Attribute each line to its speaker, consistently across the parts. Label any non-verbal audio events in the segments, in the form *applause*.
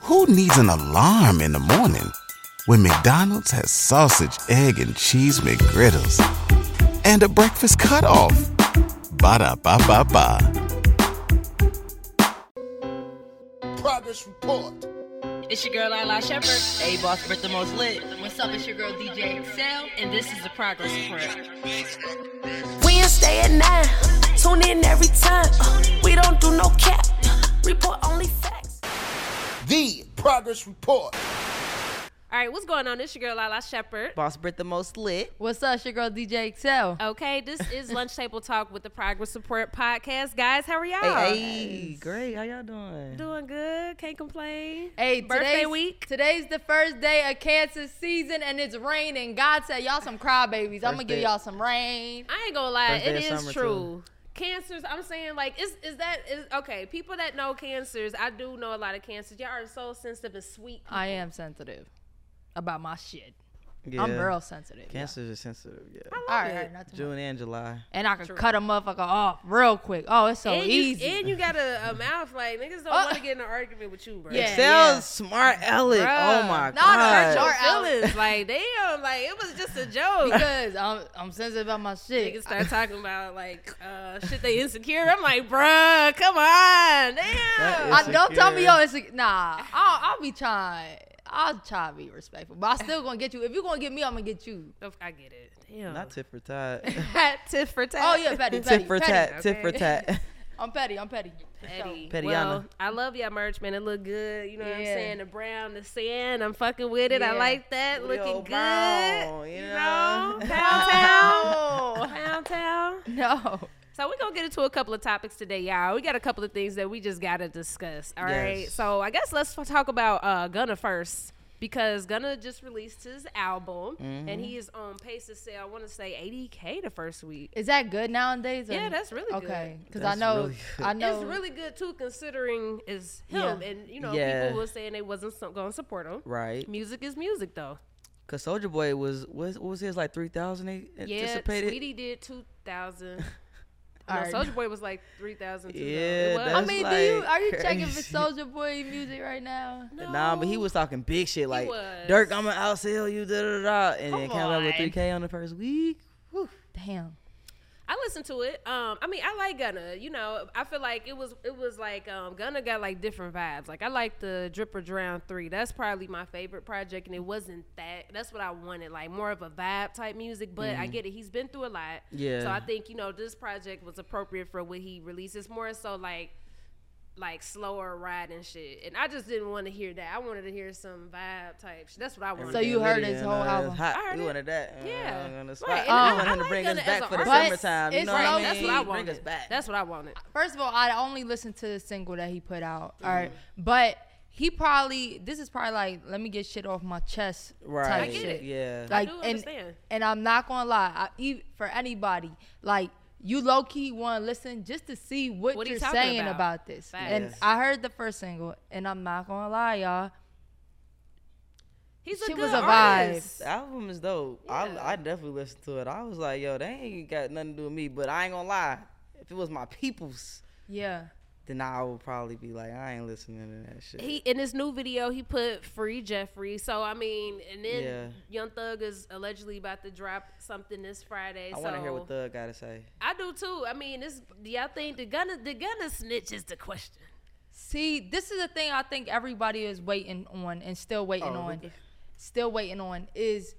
Speaker 1: Who needs an alarm in the morning when McDonald's has sausage, egg, and cheese McGriddles and a breakfast cutoff? Ba da ba ba ba.
Speaker 2: Progress report.
Speaker 3: It's your girl Lila Shepherd, A Boss Brit the Most Lit. What's up? It's your girl DJ Excel, and this is the Progress Report.
Speaker 4: Wednesday at nine. Tune in every time. Uh, we don't do no cap. Report only facts.
Speaker 2: The progress report.
Speaker 5: All right, what's going on? It's your girl Lala Shepherd.
Speaker 3: Boss Brit the Most Lit.
Speaker 6: What's up? It's your girl DJ Excel.
Speaker 5: Okay, this
Speaker 3: *laughs*
Speaker 5: is Lunch Table Talk with the Progress Support Podcast. Guys, how are y'all?
Speaker 3: Hey, great. How y'all doing?
Speaker 5: Doing good. Can't complain.
Speaker 6: Hey,
Speaker 5: birthday
Speaker 6: today's-
Speaker 5: week.
Speaker 6: Today's the first day of Kansas season, and it's raining. God said, y'all some crybabies. I'm gonna give
Speaker 3: day.
Speaker 6: y'all some rain.
Speaker 5: I ain't gonna lie,
Speaker 3: First day
Speaker 5: it
Speaker 3: of
Speaker 5: is
Speaker 3: summer,
Speaker 5: true. Cancers, I'm saying like is is that is okay, people that know cancers, I do know a lot of cancers. Y'all are so sensitive and sweet.
Speaker 3: Oh,
Speaker 6: I am sensitive about my shit.
Speaker 3: Yeah.
Speaker 6: I'm real sensitive.
Speaker 3: Cancer is sensitive. Yeah.
Speaker 6: All right, all right, not too much.
Speaker 3: June and July.
Speaker 6: And I can cut a motherfucker off real quick. Oh, it's so
Speaker 5: and
Speaker 6: easy.
Speaker 5: you and you got a, a mouth like niggas don't
Speaker 3: Uh,
Speaker 6: Oh.
Speaker 5: want to get in an argument with you, bro.
Speaker 6: Yeah.
Speaker 3: Excel is smart Alec. Oh my
Speaker 6: Not
Speaker 3: god.
Speaker 6: her chart out.
Speaker 5: Feelings like damn, like it was just a joke.
Speaker 6: *laughs* because I'm, I'm sensitive about my shit.
Speaker 5: Niggas start talking about like uh, shit they insecure. I'm like, bruh, come on, damn.
Speaker 3: is-
Speaker 6: I, don't tell me yo,
Speaker 3: Insecure.
Speaker 6: it's a, nah. I'll, I'll be trying. I'll try to be respectful, but I still gonna get you. If you gonna get me, I'm gonna get you.
Speaker 5: I get it. Damn.
Speaker 3: Not tit for tat.
Speaker 5: tit for tat.
Speaker 6: Oh
Speaker 3: *laughs*
Speaker 6: yeah, petty, petty,
Speaker 3: tit for
Speaker 6: petty.
Speaker 3: tat. Tit for
Speaker 5: Okay.
Speaker 3: tat.
Speaker 6: I'm petty. I'm petty.
Speaker 5: Petty.
Speaker 3: Petty
Speaker 5: Well,
Speaker 3: Yana.
Speaker 5: I love your merch, man. It look good. You know what I'm
Speaker 6: Yeah.
Speaker 5: saying? The brown, the sand. I'm fucking with it. I
Speaker 6: Yeah.
Speaker 5: like that.
Speaker 3: With the
Speaker 5: Looking
Speaker 3: old
Speaker 5: good.
Speaker 3: brown, you
Speaker 5: you
Speaker 3: know?
Speaker 5: know,
Speaker 3: *laughs*
Speaker 5: downtown. downtown.
Speaker 6: *laughs* No.
Speaker 5: So we're gonna get into a couple of topics today, y'all. We got a couple of things that we just gotta discuss. All
Speaker 3: Yes.
Speaker 5: right. So I guess let's f- talk about uh, Gunna first because Gunna just released his album and
Speaker 3: Mm-hmm.
Speaker 5: he is on pace to sell. I want to say 80k the first week.
Speaker 6: Is that good nowadays?
Speaker 5: Yeah, that's really good.
Speaker 6: okay. Because I
Speaker 3: That's
Speaker 6: know,
Speaker 3: really good.
Speaker 6: I know.
Speaker 5: It's really good too, considering it's
Speaker 6: Yeah.
Speaker 5: him and you know
Speaker 3: Yeah.
Speaker 5: people were saying they wasn't so- gonna support him.
Speaker 3: Right.
Speaker 5: Music is music though.
Speaker 3: Cause Soldier Boy was was what was his like three thousand they
Speaker 5: Yeah,
Speaker 3: anticipated.
Speaker 5: Sweetie did
Speaker 3: *laughs*
Speaker 5: 2,000.
Speaker 6: All
Speaker 5: No,
Speaker 6: right.
Speaker 5: Soldier Boy was like 3,000. too, though.
Speaker 3: Yeah,
Speaker 5: It was.
Speaker 3: that's
Speaker 6: I mean, do you
Speaker 3: like
Speaker 6: are you checking for
Speaker 3: crazy.
Speaker 6: Soldier Boy music right now?
Speaker 3: Nah, but he was talking big shit like
Speaker 5: was.
Speaker 3: Dirk, I'ma outsell you, da da da, and then
Speaker 6: Come
Speaker 3: came out with
Speaker 6: on.
Speaker 3: three K on the first week.
Speaker 6: Damn.
Speaker 5: I listened to it. Um, I mean, I like Gunna. You know, I feel like it was it was like um, Gunna got like different vibes. Like I like the Drip or Drown three. That's probably my favorite project, and it wasn't that. That's what I wanted, like more of a vibe type music. But I get it. He's been through a lot.
Speaker 3: Mm-hmm. Yeah.
Speaker 5: So I think you know this project was appropriate for what he releases. More so like like slower ride and shit. And I just didn't want to hear that. I wanted to hear some vibe type. Shit. That's what I wanted.
Speaker 6: So you
Speaker 3: Yeah,
Speaker 6: heard
Speaker 3: yeah,
Speaker 6: his
Speaker 3: no,
Speaker 6: whole
Speaker 3: it's
Speaker 6: album.
Speaker 3: Hot.
Speaker 5: I heard
Speaker 3: we
Speaker 5: it.
Speaker 3: wanted that.
Speaker 5: Yeah,
Speaker 3: Uh, on the
Speaker 5: right,
Speaker 3: spot.
Speaker 5: and
Speaker 3: I,
Speaker 5: I- I
Speaker 3: wanted him to
Speaker 5: like
Speaker 3: bring
Speaker 5: Gunna as
Speaker 3: us back
Speaker 5: a
Speaker 3: for the
Speaker 6: artist.
Speaker 3: summertime. You
Speaker 6: It's
Speaker 3: know
Speaker 6: like-
Speaker 3: what I mean?
Speaker 5: Right, that's what I wanted.
Speaker 3: Bring us back.
Speaker 5: That's what I wanted.
Speaker 6: First of all, I only listened to the single that he put out.
Speaker 3: Mm-hmm.
Speaker 6: All right, but he probably this is probably like let me get shit off my chest
Speaker 3: right.
Speaker 6: type
Speaker 5: I get
Speaker 6: shit.
Speaker 5: it.
Speaker 3: Yeah.
Speaker 6: Like
Speaker 5: do
Speaker 6: and
Speaker 5: understand.
Speaker 6: and I'm not gonna lie, I, e- for anybody like. You low key want to listen just to see what,
Speaker 5: What he
Speaker 6: you're
Speaker 5: talking
Speaker 6: saying
Speaker 5: about.
Speaker 6: about, this.
Speaker 5: Facts.
Speaker 6: And
Speaker 3: Yes.
Speaker 6: I heard the first single, and I'm not gonna lie, y'all.
Speaker 5: He's a
Speaker 6: Shit
Speaker 5: good
Speaker 6: was a vibe.
Speaker 5: artist.
Speaker 3: the album is dope. I, I definitely listened to it. I was like, yo, they ain't got nothing to do with me, but I ain't gonna lie. If it was my people's,
Speaker 6: Yeah.
Speaker 3: then I would probably be like, I ain't listening to that shit.
Speaker 5: he in his new video he put free Jeffrey. So I mean, and then
Speaker 3: Yeah.
Speaker 5: Young Thug is allegedly about to drop something this Friday.
Speaker 3: I
Speaker 5: so
Speaker 3: want to hear what Thug got to say.
Speaker 5: I do too. I mean, this do y'all think the gunna the gunna snitch is the question?
Speaker 6: See, this is the thing I think everybody is waiting on and still waiting on. Still waiting on is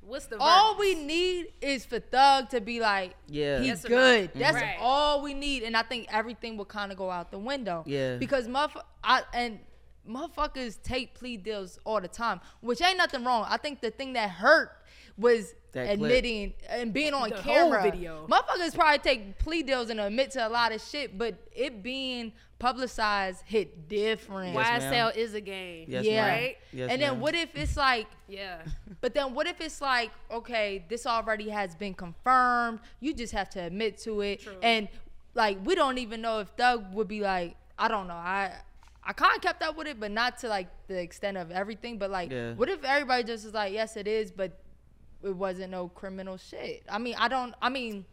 Speaker 5: What's the
Speaker 6: all
Speaker 5: verdict?
Speaker 6: we need is for Thug to be like,
Speaker 3: Yeah. Mm-hmm.
Speaker 6: he's
Speaker 3: Yes
Speaker 5: or no.
Speaker 6: good. That's
Speaker 5: Right.
Speaker 6: all we need, and I think everything will kind of go out the window.
Speaker 3: Yeah.
Speaker 6: because motherf- I and motherfuckers take plea deals all the time, which ain't nothing wrong. I think the thing that hurt was
Speaker 3: That clip.
Speaker 6: admitting and being on
Speaker 5: The whole
Speaker 6: camera.
Speaker 5: video.
Speaker 6: Motherfuckers probably take plea deals and admit to a lot of shit, but it being publicized hit different.
Speaker 3: Yes,
Speaker 5: YSL is a game.
Speaker 3: Yes,
Speaker 6: yeah.
Speaker 3: ma'am.
Speaker 5: Right?
Speaker 3: Yes,
Speaker 6: and then
Speaker 3: ma'am.
Speaker 6: what if it's like
Speaker 5: Yeah.
Speaker 6: but then what if it's like, okay, this already has been confirmed. You just have to admit to it. And like we don't even know if Doug would be like, I don't know. I I kind of kept up with it, but not to like the extent of everything. But like,
Speaker 3: Yeah.
Speaker 6: what if everybody just is like, yes, it is, but it wasn't no criminal shit. I mean, I don't. I mean,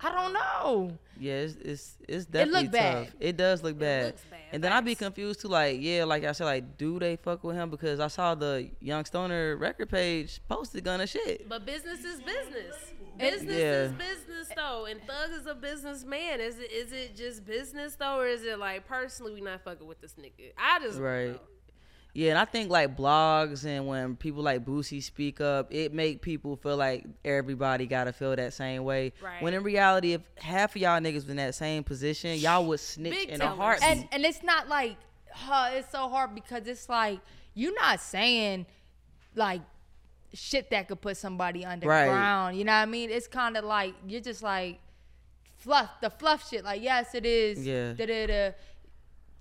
Speaker 6: I don't know.
Speaker 3: Yeah, it's it's, it's definitely
Speaker 6: look bad.
Speaker 3: tough. It does look bad.
Speaker 5: looks bad,
Speaker 3: And then I'd be
Speaker 5: facts.
Speaker 3: confused too, like, yeah, like I said, like, do they fuck with him? Because I saw the Young Stoner record page posted gun and shit.
Speaker 5: But business is business. Business
Speaker 3: Yeah.
Speaker 5: is business though, and Thug is a businessman. Is it is it just business though, or is it like personally we not fucking with this nigga? I just don't
Speaker 3: Right.
Speaker 5: know.
Speaker 3: Yeah, and I think like blogs and when people like Boosie speak up, it make people feel like everybody gotta feel that same way. When
Speaker 5: Right.
Speaker 3: in reality, if half of y'all niggas was in that same position, y'all would snitch
Speaker 5: Big
Speaker 3: in a
Speaker 5: tellers.
Speaker 3: heartbeat.
Speaker 6: and and it's not like huh, it's so hard because it's like you're not saying like shit that could put somebody underground. You know what I mean? It's kind of like you're just like fluff the fluff shit. Like yes, it is.
Speaker 3: Yeah.
Speaker 6: Da da da.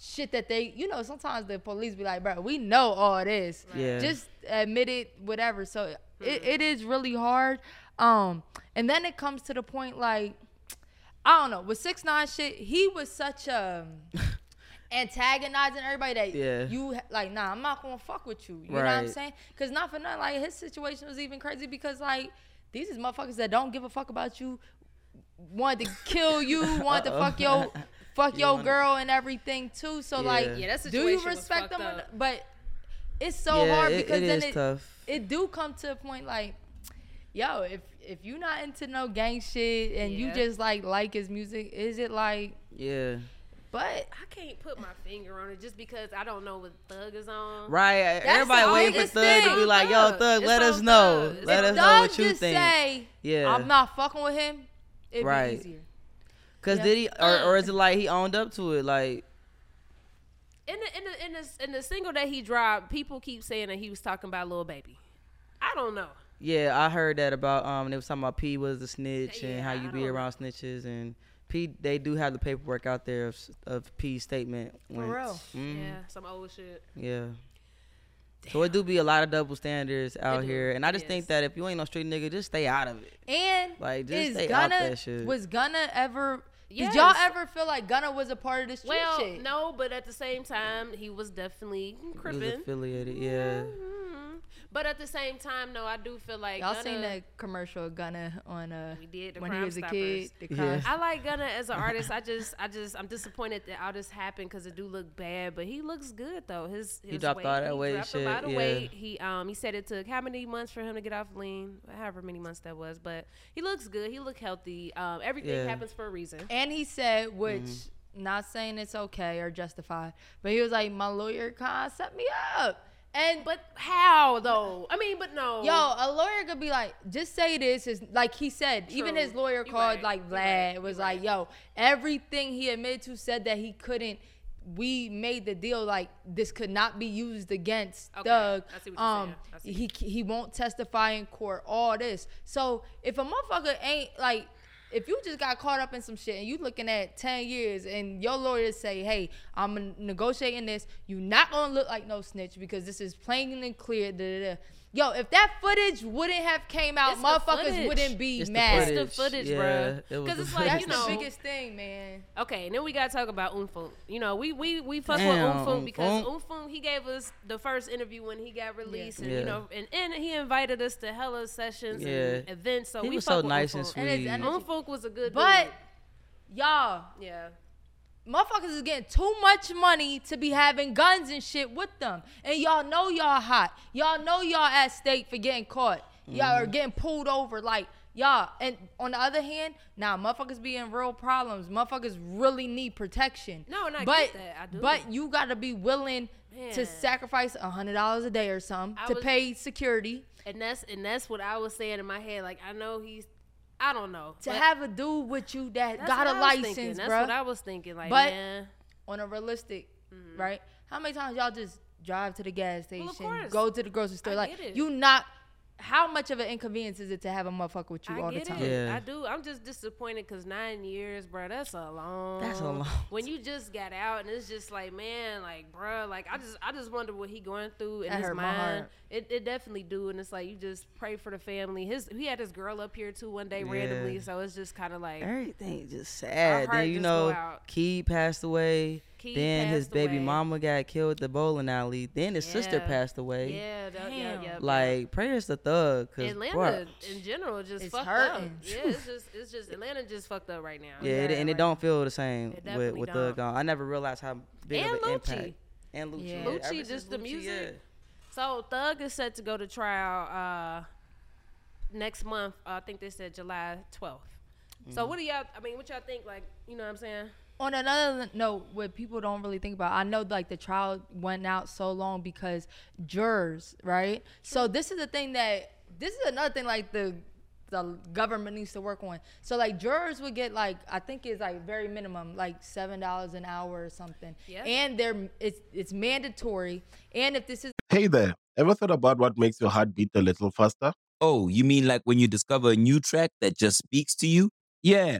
Speaker 6: Shit that they, you know, sometimes the police be like, bro, we know all this.
Speaker 3: Yeah.
Speaker 6: Just admit it, whatever. So it, it is really hard. Um, and then it comes to the point like, I don't know, with six nine shit, he was such a um,
Speaker 3: *laughs*
Speaker 6: antagonizing everybody that
Speaker 3: Yeah.
Speaker 6: you like nah i'm not gonna fuck with you you know what i'm
Speaker 3: Right.
Speaker 6: saying because not for nothing like his situation was even crazy because like these is motherfuckers that don't give a fuck about you wanted to kill you
Speaker 3: *laughs*
Speaker 6: wanted to fuck your fuck your
Speaker 3: wanna-
Speaker 6: girl and everything too so like
Speaker 3: Yeah,
Speaker 5: that
Speaker 6: do you
Speaker 5: situation was
Speaker 6: respect
Speaker 5: fucked
Speaker 6: them or
Speaker 5: up.
Speaker 6: not? but it's so
Speaker 3: Yeah,
Speaker 6: hard
Speaker 3: it-
Speaker 6: because
Speaker 3: it
Speaker 6: then
Speaker 3: is
Speaker 6: it,
Speaker 3: tough.
Speaker 6: it do come to a point like yo if if you not into no gang shit and you
Speaker 5: Yeah.
Speaker 6: just like like his music is it like
Speaker 3: yeah.
Speaker 6: but
Speaker 5: I can't put my finger on it just because I don't know what Thug is on.
Speaker 3: Right. e, Everybody
Speaker 6: the
Speaker 3: waiting for
Speaker 6: biggest
Speaker 3: Thug to
Speaker 6: thing.
Speaker 3: be like, yo,
Speaker 5: Thug.
Speaker 3: Thug,
Speaker 5: It's
Speaker 3: let
Speaker 5: all
Speaker 3: us know.
Speaker 5: Thug.
Speaker 3: Let
Speaker 5: If
Speaker 6: Doug
Speaker 3: us know what you
Speaker 6: just
Speaker 3: think.
Speaker 6: say,
Speaker 3: Yeah.
Speaker 6: I'm not fucking with him, it'd
Speaker 3: Right.
Speaker 6: be easier.
Speaker 3: Cause
Speaker 6: Yeah.
Speaker 3: did he or, or is it like he owned up to it? Like
Speaker 5: In the in the in the, in the single that he dropped, people keep saying that he was talking about Lil Baby. I don't know.
Speaker 3: yeah, I heard that about um they was talking about P was a snitch and how
Speaker 5: Yeah,
Speaker 3: you
Speaker 5: I
Speaker 3: be
Speaker 5: don't-
Speaker 3: around snitches and P they do have the paperwork out there of, s- of P's statement. When,
Speaker 6: real.
Speaker 5: Yeah, some old shit.
Speaker 3: Yeah. So it do be a lot of double standards out
Speaker 5: do.
Speaker 3: here, and I
Speaker 5: It
Speaker 3: just think
Speaker 5: is.
Speaker 3: that if you ain't no street nigga, just stay out of it.
Speaker 6: And
Speaker 3: Like, just
Speaker 6: is
Speaker 3: stay out
Speaker 6: Gunna
Speaker 3: that shit.
Speaker 6: was Gunna ever?
Speaker 5: Yes.
Speaker 6: Did y'all ever feel like Gunna was a part of this street
Speaker 5: Well,
Speaker 6: shit?
Speaker 5: no, but at the same time, he was definitely
Speaker 3: He was
Speaker 5: crippin'.
Speaker 3: affiliated, yeah.
Speaker 5: Mhm. But at the same time, no, I do feel like
Speaker 6: Y'all
Speaker 5: Gunna,
Speaker 6: seen that commercial of Gunna on uh
Speaker 5: We did, the
Speaker 6: when he
Speaker 5: Crime
Speaker 6: was a
Speaker 5: Stoppers.
Speaker 6: kid? The
Speaker 3: Yeah.
Speaker 6: crime-
Speaker 5: I like Gunna as an artist. I just, I just, I'm disappointed that all this happened because it do look bad, but he looks good though. His, his
Speaker 3: dropped
Speaker 5: weight,
Speaker 3: all that
Speaker 5: he
Speaker 3: weight
Speaker 5: dropped
Speaker 3: shit,
Speaker 5: A lot of
Speaker 3: yeah.
Speaker 5: weight. He, um, he said it took how many months for him to get off lean, however many months that was. But he looks good. He look healthy. Um, everything
Speaker 3: Yeah.
Speaker 5: happens for a reason.
Speaker 6: And he said, which
Speaker 5: Mm-hmm.
Speaker 6: not saying it's okay or justified, but he was like, my lawyer kind of set me up, and
Speaker 5: But how though? I mean, but no.
Speaker 6: Yo, a lawyer could be like, just say this is like he said. Even
Speaker 5: True.
Speaker 6: his lawyer
Speaker 5: You
Speaker 6: called
Speaker 5: right.
Speaker 6: like
Speaker 5: You
Speaker 6: Vlad
Speaker 5: right.
Speaker 6: was
Speaker 5: You
Speaker 6: like, yo, everything he admitted to said that he couldn't. We made the deal like this could not be used against
Speaker 5: Okay,
Speaker 6: Doug.
Speaker 5: I see what you're
Speaker 6: Um,
Speaker 5: saying. I see
Speaker 6: he he won't testify in court. All this. So if a motherfucker ain't like. If you just got caught up in some shit and you looking at ten years and your lawyer say, "Hey, I'm negotiating this. You not gonna look like no snitch because this is plain and clear." Da, da, da. Yo, if that footage wouldn't have came out,
Speaker 5: It's the
Speaker 6: motherfuckers
Speaker 5: footage.
Speaker 6: wouldn't be
Speaker 3: It's the
Speaker 5: It's
Speaker 6: mad.
Speaker 5: the footage,
Speaker 3: footage, yeah, it
Speaker 5: bro.
Speaker 3: was
Speaker 5: Because
Speaker 3: the
Speaker 5: it's like
Speaker 6: That's
Speaker 5: you *laughs*
Speaker 6: the
Speaker 5: know,
Speaker 6: biggest thing, man.
Speaker 5: Okay, and then we gotta talk about Umfum. You know, we we we fuck
Speaker 3: Damn,
Speaker 5: with Umfum because
Speaker 3: Oomfunk.
Speaker 5: Umfum he gave us the first interview when he got released, and
Speaker 3: Yeah.
Speaker 5: you know, and, and he invited us to hella sessions and
Speaker 3: Yeah.
Speaker 5: events. So
Speaker 3: He
Speaker 5: we
Speaker 3: was
Speaker 5: fuck
Speaker 3: so
Speaker 5: with
Speaker 3: nice and
Speaker 5: Oomfunk.
Speaker 3: sweet.
Speaker 6: And his energy-
Speaker 5: Oomfunk was a good,
Speaker 6: But
Speaker 5: dude.
Speaker 6: y'all,
Speaker 5: yeah,
Speaker 6: motherfuckers is getting too much money to be having guns and shit with them. And y'all know y'all hot. Y'all know y'all at stake for getting caught. Y'all are getting pulled over. Like, y'all. And on the other hand, now nah, motherfuckers be in real problems. Motherfuckers really need protection.
Speaker 5: No, and I get
Speaker 6: but,
Speaker 5: that. I do.
Speaker 6: But you gotta be willing to
Speaker 5: Man.
Speaker 6: sacrifice $100 a day or something
Speaker 5: I
Speaker 6: to
Speaker 5: was-
Speaker 6: pay security.
Speaker 5: and that's and that's what I was saying in my head. Like I know he's, I don't know
Speaker 6: To
Speaker 5: but
Speaker 6: have a dude with you that
Speaker 5: that's
Speaker 6: got
Speaker 5: what
Speaker 6: a
Speaker 5: I was thinking.
Speaker 6: license,
Speaker 5: That's
Speaker 6: bro.
Speaker 5: what I was thinking. Like,
Speaker 6: But-
Speaker 5: man,
Speaker 6: on a realistic, right? How many times y'all just drive to the gas station,
Speaker 5: Mm-hmm. of course.
Speaker 6: go to the grocery store?
Speaker 5: I
Speaker 6: like
Speaker 5: get it.
Speaker 6: you not. How much of an inconvenience is it to have a motherfucker with you
Speaker 5: I
Speaker 6: all the
Speaker 5: get
Speaker 6: time?
Speaker 5: it.
Speaker 3: Yeah.
Speaker 5: I do. I'm just disappointed because nine years, bro, that's a long.
Speaker 3: That's a
Speaker 6: *laughs*
Speaker 3: long
Speaker 5: When you just got out and it's just like, man, like, bro, like I just, I just wonder what he going through in
Speaker 6: That
Speaker 5: his
Speaker 6: hurt my
Speaker 5: mind.
Speaker 6: heart.
Speaker 5: It, it definitely do, and it's like you just pray for the family. His, he had his girl up here too one day randomly, so it's just kind of like
Speaker 3: Everything just sad.
Speaker 5: heart
Speaker 3: Then you
Speaker 5: just go
Speaker 3: know,
Speaker 5: out.
Speaker 3: Key passed away.
Speaker 5: Key
Speaker 3: then his
Speaker 5: passed
Speaker 3: baby
Speaker 5: away.
Speaker 3: mama got killed at the bowling alley. Then his sister
Speaker 5: Yeah.
Speaker 3: passed away.
Speaker 5: Yeah, that, yeah,
Speaker 6: Damn.
Speaker 5: yeah.
Speaker 3: Like prayers to thug, cause
Speaker 5: Atlanta
Speaker 3: bruh,
Speaker 5: in general just
Speaker 6: It's
Speaker 5: fucked
Speaker 6: hurting.
Speaker 5: up. Yeah, it's just it's just Atlanta just fucked up right now.
Speaker 3: yeah, it, and it
Speaker 6: like-
Speaker 3: don't feel the same
Speaker 5: It
Speaker 3: with
Speaker 5: definitely
Speaker 3: with thug
Speaker 5: don't.
Speaker 3: gone. I never realized how big
Speaker 5: And
Speaker 3: of an impact.
Speaker 5: Lucci.
Speaker 3: And Lucci,
Speaker 6: Yeah.
Speaker 3: yeah.
Speaker 5: Lucci,
Speaker 3: ever
Speaker 5: just
Speaker 3: since
Speaker 5: the
Speaker 3: Lucci,
Speaker 5: music. So Thug is set to go to trial uh, next month. I think they said July 12th. So what do y'all? I mean, what y'all think? Like, you know what I'm saying?
Speaker 6: on another note, what people don't really think about, I know like the trial went out so long because jurors, right? So this is the thing that this is another thing like the the government needs to work on. So like jurors would get like I think it's like very minimum like seven dollars an hour or something,
Speaker 5: Yeah.
Speaker 6: and they're it's it's mandatory. And if this is
Speaker 7: Hey there, ever thought about what makes your heart beat a little faster?
Speaker 8: Oh, you mean like when you discover a new track that just speaks to you?
Speaker 7: Yeah,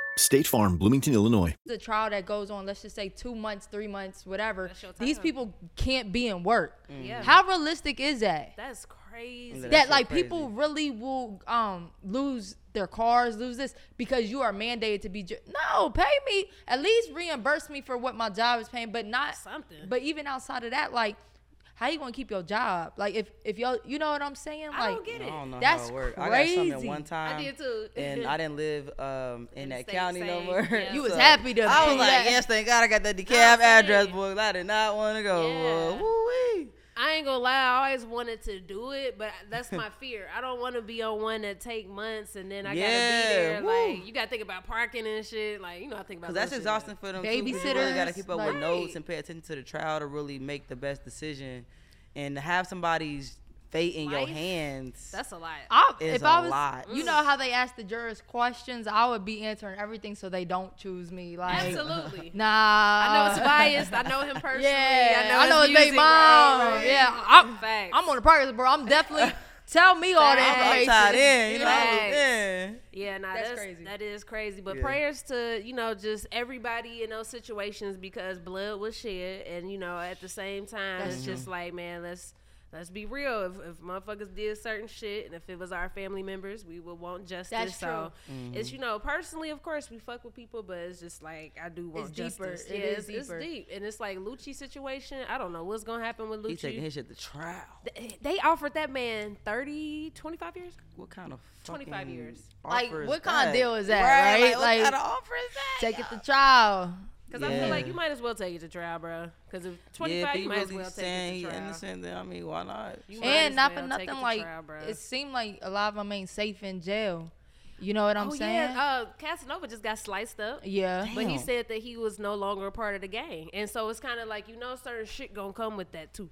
Speaker 9: State Farm, Bloomington, Illinois.
Speaker 6: the trial that goes on, let's just say two months, three months, whatever,
Speaker 5: That's your
Speaker 6: these
Speaker 5: time.
Speaker 6: people can't be in work.
Speaker 5: Yeah.
Speaker 6: How realistic is that?
Speaker 5: That's crazy.
Speaker 3: Yeah, that
Speaker 6: that
Speaker 3: shit
Speaker 6: like
Speaker 3: crazy.
Speaker 6: people really will um lose their cars, lose this because you are mandated to be. Ju- no, pay me at least reimburse me for what my job is paying, but not
Speaker 5: Something.
Speaker 6: But even outside of that, like how you gonna keep your job? Like if if y'all, you know what I'm saying? Like
Speaker 5: I don't get
Speaker 3: I
Speaker 5: it.
Speaker 3: don't know
Speaker 6: That's
Speaker 3: how it worked. I got something
Speaker 6: crazy.
Speaker 3: one time.
Speaker 5: did too.
Speaker 3: and I didn't
Speaker 5: *laughs*
Speaker 3: live um, in that
Speaker 5: same-
Speaker 3: county no
Speaker 5: same,
Speaker 3: more. *laughs*
Speaker 5: yeah.
Speaker 6: You was
Speaker 3: So,
Speaker 6: happy to
Speaker 3: I
Speaker 6: be
Speaker 3: was
Speaker 5: *laughs*
Speaker 3: like,
Speaker 6: that.
Speaker 3: yes, thank God I got that decaf address,
Speaker 5: saying.
Speaker 3: boy. I did not want to go.
Speaker 5: Yeah.
Speaker 3: Woo wee.
Speaker 5: I ain't gonna lie. I always wanted to do it, but that's my fear. I don't want to be on one that take months, and then I
Speaker 3: Yeah,
Speaker 5: gotta be there.
Speaker 3: woo.
Speaker 5: Like you gotta think about parking and shit. Like you know, I think about
Speaker 3: Because that's
Speaker 5: little shit
Speaker 3: exhausting
Speaker 5: like-
Speaker 3: for them. too, 'cause You really got to
Speaker 6: Babysitters,
Speaker 3: keep up
Speaker 6: like-
Speaker 3: with notes and pay attention to the trial to really make the best decision. And to have somebody's fate in your
Speaker 5: Life?
Speaker 3: hands.
Speaker 5: That's a lot.
Speaker 6: I,
Speaker 3: is
Speaker 6: if I
Speaker 3: a
Speaker 6: was,
Speaker 3: lot.
Speaker 6: you know how they ask the jurors questions, I would be answering everything so they don't choose me. Like, *laughs*
Speaker 5: Absolutely.
Speaker 6: nah,
Speaker 5: I know it's biased.
Speaker 6: *laughs*
Speaker 5: I know him personally.
Speaker 6: Uh, Yeah,
Speaker 5: I know, his
Speaker 6: it's Big
Speaker 5: music,
Speaker 6: Mom.
Speaker 5: bro. Right.
Speaker 6: Yeah, I'm,
Speaker 5: Facts.
Speaker 6: I'm on the progress, bro.
Speaker 5: *laughs*
Speaker 6: I'm definitely tell me all
Speaker 5: Facts.
Speaker 6: that
Speaker 3: *laughs* I'm
Speaker 6: information.
Speaker 3: tied in, you know. I was
Speaker 5: Facts.
Speaker 3: in.
Speaker 5: Yeah, nah,
Speaker 6: That's
Speaker 5: that's,
Speaker 6: crazy.
Speaker 5: That is crazy. But prayers to you know just everybody in those situations because blood was shed, and you know at the same time it's just like man, let's let's be real. If, if motherfuckers did certain shit, and if it was our family members, we would want justice.
Speaker 6: That's
Speaker 5: so it's you know personally, of course, we fuck with people, but it's just like I do want
Speaker 6: It's deeper.
Speaker 5: justice.
Speaker 6: It
Speaker 5: yeah,
Speaker 6: is
Speaker 5: it's, it's
Speaker 6: deeper.
Speaker 5: deep, and it's like Lucci situation. I don't know what's gonna happen with
Speaker 3: He taking
Speaker 5: Lucci.
Speaker 3: his shit to trial.
Speaker 5: Th- They offered that man 30, 25 years.
Speaker 3: What kind of
Speaker 5: 25
Speaker 3: fucking
Speaker 5: years.
Speaker 6: Like,
Speaker 3: offer is
Speaker 6: what kind of
Speaker 3: that?
Speaker 6: deal is that, right?
Speaker 3: Like,
Speaker 6: Like,
Speaker 3: what kind of offer is that?
Speaker 6: Take it to trial.
Speaker 5: Because I feel like
Speaker 3: Yeah.
Speaker 5: you might as well take it to trial, bro. Because if
Speaker 3: Yeah,
Speaker 5: 25,
Speaker 3: if
Speaker 5: you
Speaker 3: he
Speaker 5: might as
Speaker 3: really
Speaker 5: well take
Speaker 3: saying
Speaker 5: it
Speaker 3: he
Speaker 5: to trial.
Speaker 3: innocent, then I mean, why not?
Speaker 5: You might
Speaker 6: And
Speaker 5: as well
Speaker 6: not for
Speaker 5: take it
Speaker 6: nothing,
Speaker 5: to
Speaker 6: like
Speaker 5: trial, bruh.
Speaker 6: it seemed like a lot of them ain't safe in jail. You know what I'm
Speaker 5: oh,
Speaker 6: saying?
Speaker 5: yeah. Uh, Casanova just got sliced up.
Speaker 6: yeah.
Speaker 5: But he said that he was no longer a part of the gang. And so it's kind of like, you know, certain shit going to come with that, too.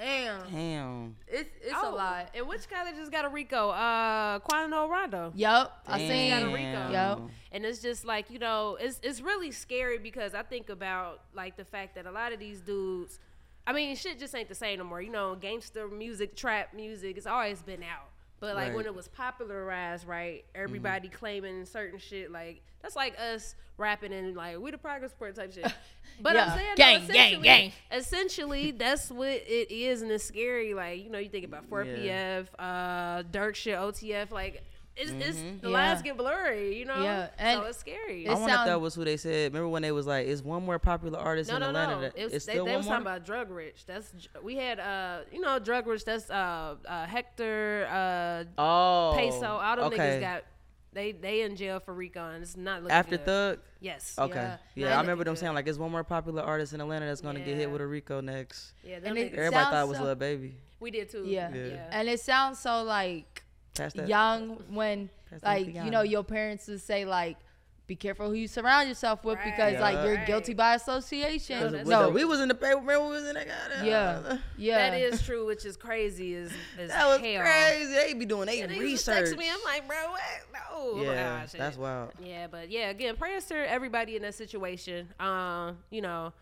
Speaker 6: Damn,
Speaker 3: Damn.
Speaker 6: it's it's a
Speaker 5: Oh,
Speaker 6: lot.
Speaker 5: And which guy that just got a Rico? Uh, Quando Rondo.
Speaker 6: Yup, I
Speaker 3: Damn.
Speaker 6: seen.
Speaker 5: Rico.
Speaker 6: Yup.
Speaker 5: And it's just like, you know, it's it's really scary because I think about like the fact that a lot of these dudes I mean, shit just ain't the same no more. You know, gangster music, trap music, it's always been out. But like when
Speaker 3: Right.
Speaker 5: it was popularized, right,
Speaker 6: Mm-hmm.
Speaker 5: everybody claiming certain shit like that's like us rapping and like we the progress report type
Speaker 6: *laughs*
Speaker 5: shit. But
Speaker 6: Yeah.
Speaker 5: I'm saying
Speaker 6: Gang,
Speaker 5: no,
Speaker 6: gang,
Speaker 5: essentially,
Speaker 6: gang.
Speaker 5: essentially that's what it is and it's scary. Like, you know, you think about 4PF, uh, Dirk shit, OTF, like it's, it's the
Speaker 6: Mm-hmm. Yeah.
Speaker 5: lines get blurry, you know.
Speaker 6: Yeah,
Speaker 5: so it's scary.
Speaker 3: I wonder if that was who they said. Remember when they was like, "It's one more popular artist
Speaker 5: no,
Speaker 3: in
Speaker 5: no,
Speaker 3: Atlanta."
Speaker 5: no.
Speaker 3: That,
Speaker 5: It was,
Speaker 3: it's
Speaker 5: they
Speaker 3: still
Speaker 5: they
Speaker 3: one
Speaker 5: was
Speaker 3: more.
Speaker 5: talking about drug rich. That's Dr- we had uh you know drug rich. That's uh, uh Hector uh
Speaker 3: Oh,
Speaker 5: peso. All them
Speaker 3: okay.
Speaker 5: niggas got they they in jail for recon. It's not looking
Speaker 3: After
Speaker 5: good.
Speaker 3: Thug. Oh.
Speaker 5: Yes.
Speaker 3: Okay.
Speaker 5: Yeah.
Speaker 3: Yeah,
Speaker 5: Not
Speaker 3: I remember
Speaker 5: looking
Speaker 3: them saying like, "It's one more popular artist in Atlanta that's gonna get hit
Speaker 5: Yeah.
Speaker 3: with a Rico next."
Speaker 5: Yeah, them
Speaker 3: and
Speaker 5: niggas-
Speaker 3: everybody
Speaker 6: sounds
Speaker 3: thought it was
Speaker 6: so-
Speaker 3: Lil Baby.
Speaker 5: We did too.
Speaker 6: Yeah.
Speaker 3: Yeah.
Speaker 6: And it sounds so like
Speaker 3: Pass that.
Speaker 6: young when
Speaker 3: Pass that
Speaker 6: like you know
Speaker 3: piano.
Speaker 6: your parents would say like be careful who you surround yourself with because like
Speaker 3: Yeah.
Speaker 6: you're guilty by association.
Speaker 3: 'Cause
Speaker 6: No,
Speaker 3: we was in the paper. Remember we was in that goddamn.
Speaker 6: Yeah. Yeah.
Speaker 5: That is true, which is crazy as, as
Speaker 3: That was
Speaker 5: hell.
Speaker 3: crazy. They be doing they
Speaker 5: And used to
Speaker 3: research.
Speaker 5: Text me, I'm like, bro, what? No. I'm like,
Speaker 3: Yeah,
Speaker 5: "Ah, shit."
Speaker 3: that's wild.
Speaker 5: Yeah, but yeah, again, prayers to everybody in that situation. Um, you know,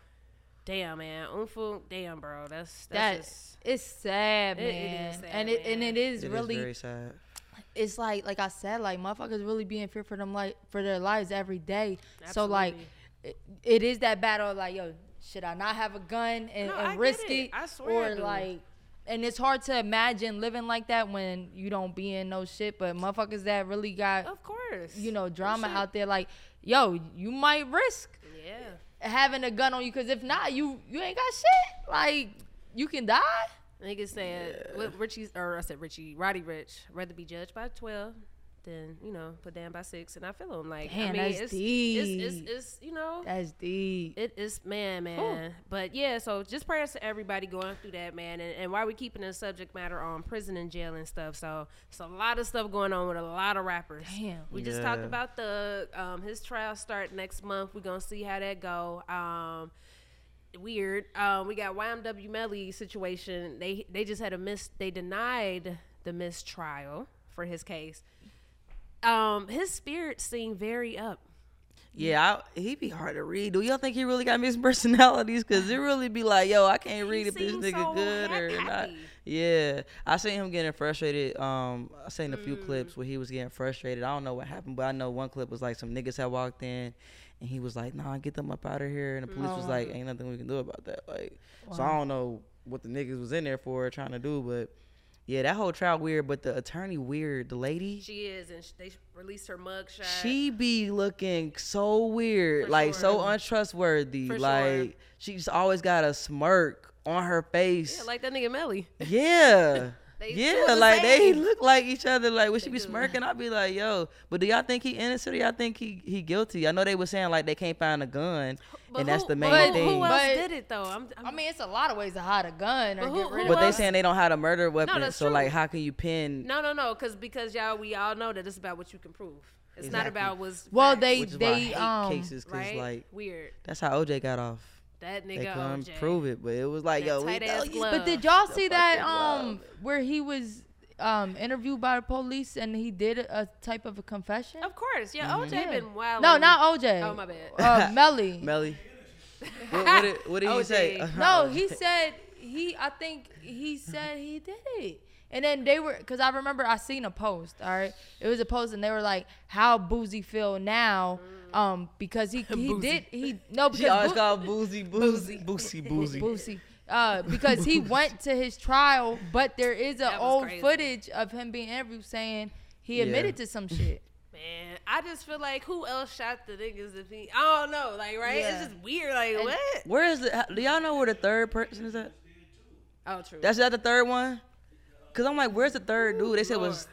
Speaker 5: damn man, Unfu, damn bro, that's that's
Speaker 6: that
Speaker 5: just,
Speaker 6: it's sad,
Speaker 5: It- it is
Speaker 6: man.
Speaker 5: sad,
Speaker 6: and it and it is
Speaker 3: It is
Speaker 6: really
Speaker 3: very sad.
Speaker 6: it's like like I said, like motherfuckers really be in fear for them like for their lives every day. So like it, it is that battle of like, yo, should I not have a gun and,
Speaker 5: No,
Speaker 6: and
Speaker 5: I get
Speaker 6: risk
Speaker 5: it.
Speaker 6: it?
Speaker 5: I swear I
Speaker 6: or
Speaker 5: do.
Speaker 6: like and it's hard to imagine living like that when you don't be in no shit, but motherfuckers that really got
Speaker 5: of course.
Speaker 6: you know, drama out there like, yo, you might risk
Speaker 5: Yeah.
Speaker 6: having a gun on you cuz if not, you you ain't got shit. Like you can die.
Speaker 5: Niggas saying what Richie's or I said Richie, Roddy Rich, rather be judged by twelve than, you know, put down by six. And I feel him like I
Speaker 6: Damn,
Speaker 5: mean
Speaker 6: that's
Speaker 5: it's, it's
Speaker 6: deep.
Speaker 5: it's it's you know
Speaker 6: That's deep.
Speaker 5: It is man, man. But yeah, so just prayers to everybody going through that, man. And, and why we keeping the subject matter on prison and jail and stuff. So it's a lot of stuff going on with a lot of rappers.
Speaker 6: Damn.
Speaker 5: We just talked
Speaker 6: Yeah.
Speaker 5: about the um, his trial start next month. We're gonna see how that go. Um, weird. Um, we got YMW Melly situation. They they just had a miss. They denied the mistrial for his case. Um, his spirits seem very up.
Speaker 3: Yeah, I, he be hard to read. Do y'all think he really got mixed *laughs* personalities? Cause it really be like, yo, I can't read if this
Speaker 5: seems
Speaker 3: nigga
Speaker 5: so
Speaker 3: good or not. Yeah, I seen him getting frustrated. Um, I seen a few
Speaker 5: Mm.
Speaker 3: clips where he was getting frustrated. I don't know what happened, but I know one clip was like some niggas had walked in, and he was like, "Nah, get them up out of here." And the police
Speaker 6: Oh,
Speaker 3: was
Speaker 6: wow.
Speaker 3: like, "Ain't nothing we can do about that." Like, so
Speaker 6: Wow.
Speaker 3: I don't know what the niggas was in there for trying to do, but yeah, that whole trial weird. But the attorney weird, the lady.
Speaker 5: She is, and sh- they released her mugshot.
Speaker 3: She be looking so weird, like so untrustworthy.
Speaker 5: For sure.
Speaker 3: like she just always got a smirk on her
Speaker 5: Yeah,
Speaker 3: face.
Speaker 5: like that nigga Melly.
Speaker 3: Yeah.
Speaker 5: *laughs* They two
Speaker 3: yeah,
Speaker 5: the
Speaker 3: like they
Speaker 5: same.
Speaker 3: look like each other. Like when she be smirking, I be like, "Yo!" But do y'all think he innocent or y'all think he he guilty? I know they were saying like they can't find a gun, and that's the main
Speaker 6: but
Speaker 3: thing.
Speaker 6: who else
Speaker 5: Did it though? I'm, I'm,
Speaker 6: I mean, it's a lot of ways to hide a gun or get rid of
Speaker 3: but they
Speaker 6: it.
Speaker 3: saying they don't have a murder weapon,
Speaker 5: that's
Speaker 3: so
Speaker 5: true.
Speaker 3: like, how can you pin?
Speaker 5: no, no, no, because because y'all we all know that it's about what you can prove. It's not
Speaker 3: Exactly.
Speaker 5: about what's
Speaker 6: Well,
Speaker 5: facts.
Speaker 6: they-
Speaker 3: Which is why I
Speaker 6: they,
Speaker 3: hate
Speaker 6: um,
Speaker 3: cases because
Speaker 5: right?
Speaker 3: like
Speaker 5: Weird.
Speaker 3: That's how OJ got off.
Speaker 5: That
Speaker 3: they
Speaker 5: nigga
Speaker 3: couldn't
Speaker 5: OJ.
Speaker 3: prove it, but it was like, yo, we
Speaker 5: tight ass
Speaker 3: know you
Speaker 5: glove.
Speaker 6: But did y'all
Speaker 5: The
Speaker 6: see that
Speaker 5: fucking glove.
Speaker 6: um where he was um interviewed by the police and he did a type of a confession?
Speaker 5: Of course, yeah. OJ
Speaker 6: Yeah.
Speaker 5: been wild.
Speaker 6: No, not OJ.
Speaker 5: Mm-hmm. Oh my bad.
Speaker 6: Uh, Melly.
Speaker 3: *laughs* Melly. What, what did, what did he say? Uh-huh.
Speaker 6: No, he said he. I think he said he did it. And then they were, cause I remember I seen a post. All right, it was a post, and they were like, "How Boozy feel now?"
Speaker 5: Mm.
Speaker 6: Um, because
Speaker 5: *laughs*
Speaker 6: he he
Speaker 3: Boozy.
Speaker 6: did he no because
Speaker 3: She always
Speaker 6: Boo-
Speaker 3: called Boozy Boozy Boozy Boozy.
Speaker 6: Boosie. Uh, because he went to his trial, but there is an
Speaker 5: was
Speaker 6: old
Speaker 5: crazy.
Speaker 6: footage of him being interviewed saying he
Speaker 3: Yeah.
Speaker 6: admitted to some shit.
Speaker 5: Man, I just feel like who else shot the niggas if he? I don't know. Like, right?
Speaker 6: Yeah.
Speaker 5: It's just weird. Like,
Speaker 6: And-
Speaker 5: what?
Speaker 3: Where is the? Do y'all know where the third person is at?
Speaker 5: Oh, true.
Speaker 3: That's that the third one? Cause I'm like, where's the third dude? They said it was.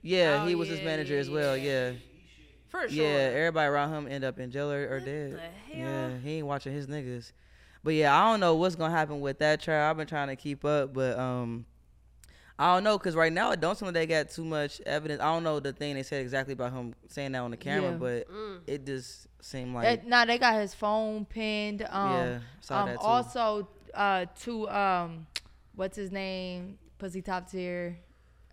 Speaker 3: Yeah,
Speaker 5: Oh,
Speaker 3: he was his
Speaker 5: yeah,
Speaker 3: manager
Speaker 5: yeah,
Speaker 3: as well. Oh, Yeah,
Speaker 5: for sure.
Speaker 3: yeah. Everybody around him end up in jail or, or dead. Yeah, he ain't watching his niggas. But yeah, I don't know what's gonna happen with that trial. I've been trying to keep up, but um, I don't know because right now it don't seem like they got too much evidence. I don't know the thing they said exactly about him saying that on the camera,
Speaker 6: Yeah. Mm.
Speaker 3: but it just seemed like
Speaker 6: That- nah, they got his phone pinned. Um,
Speaker 3: Yeah, saw
Speaker 6: um,
Speaker 3: that too.
Speaker 6: also uh, to um, what's his name? Pussy top tier.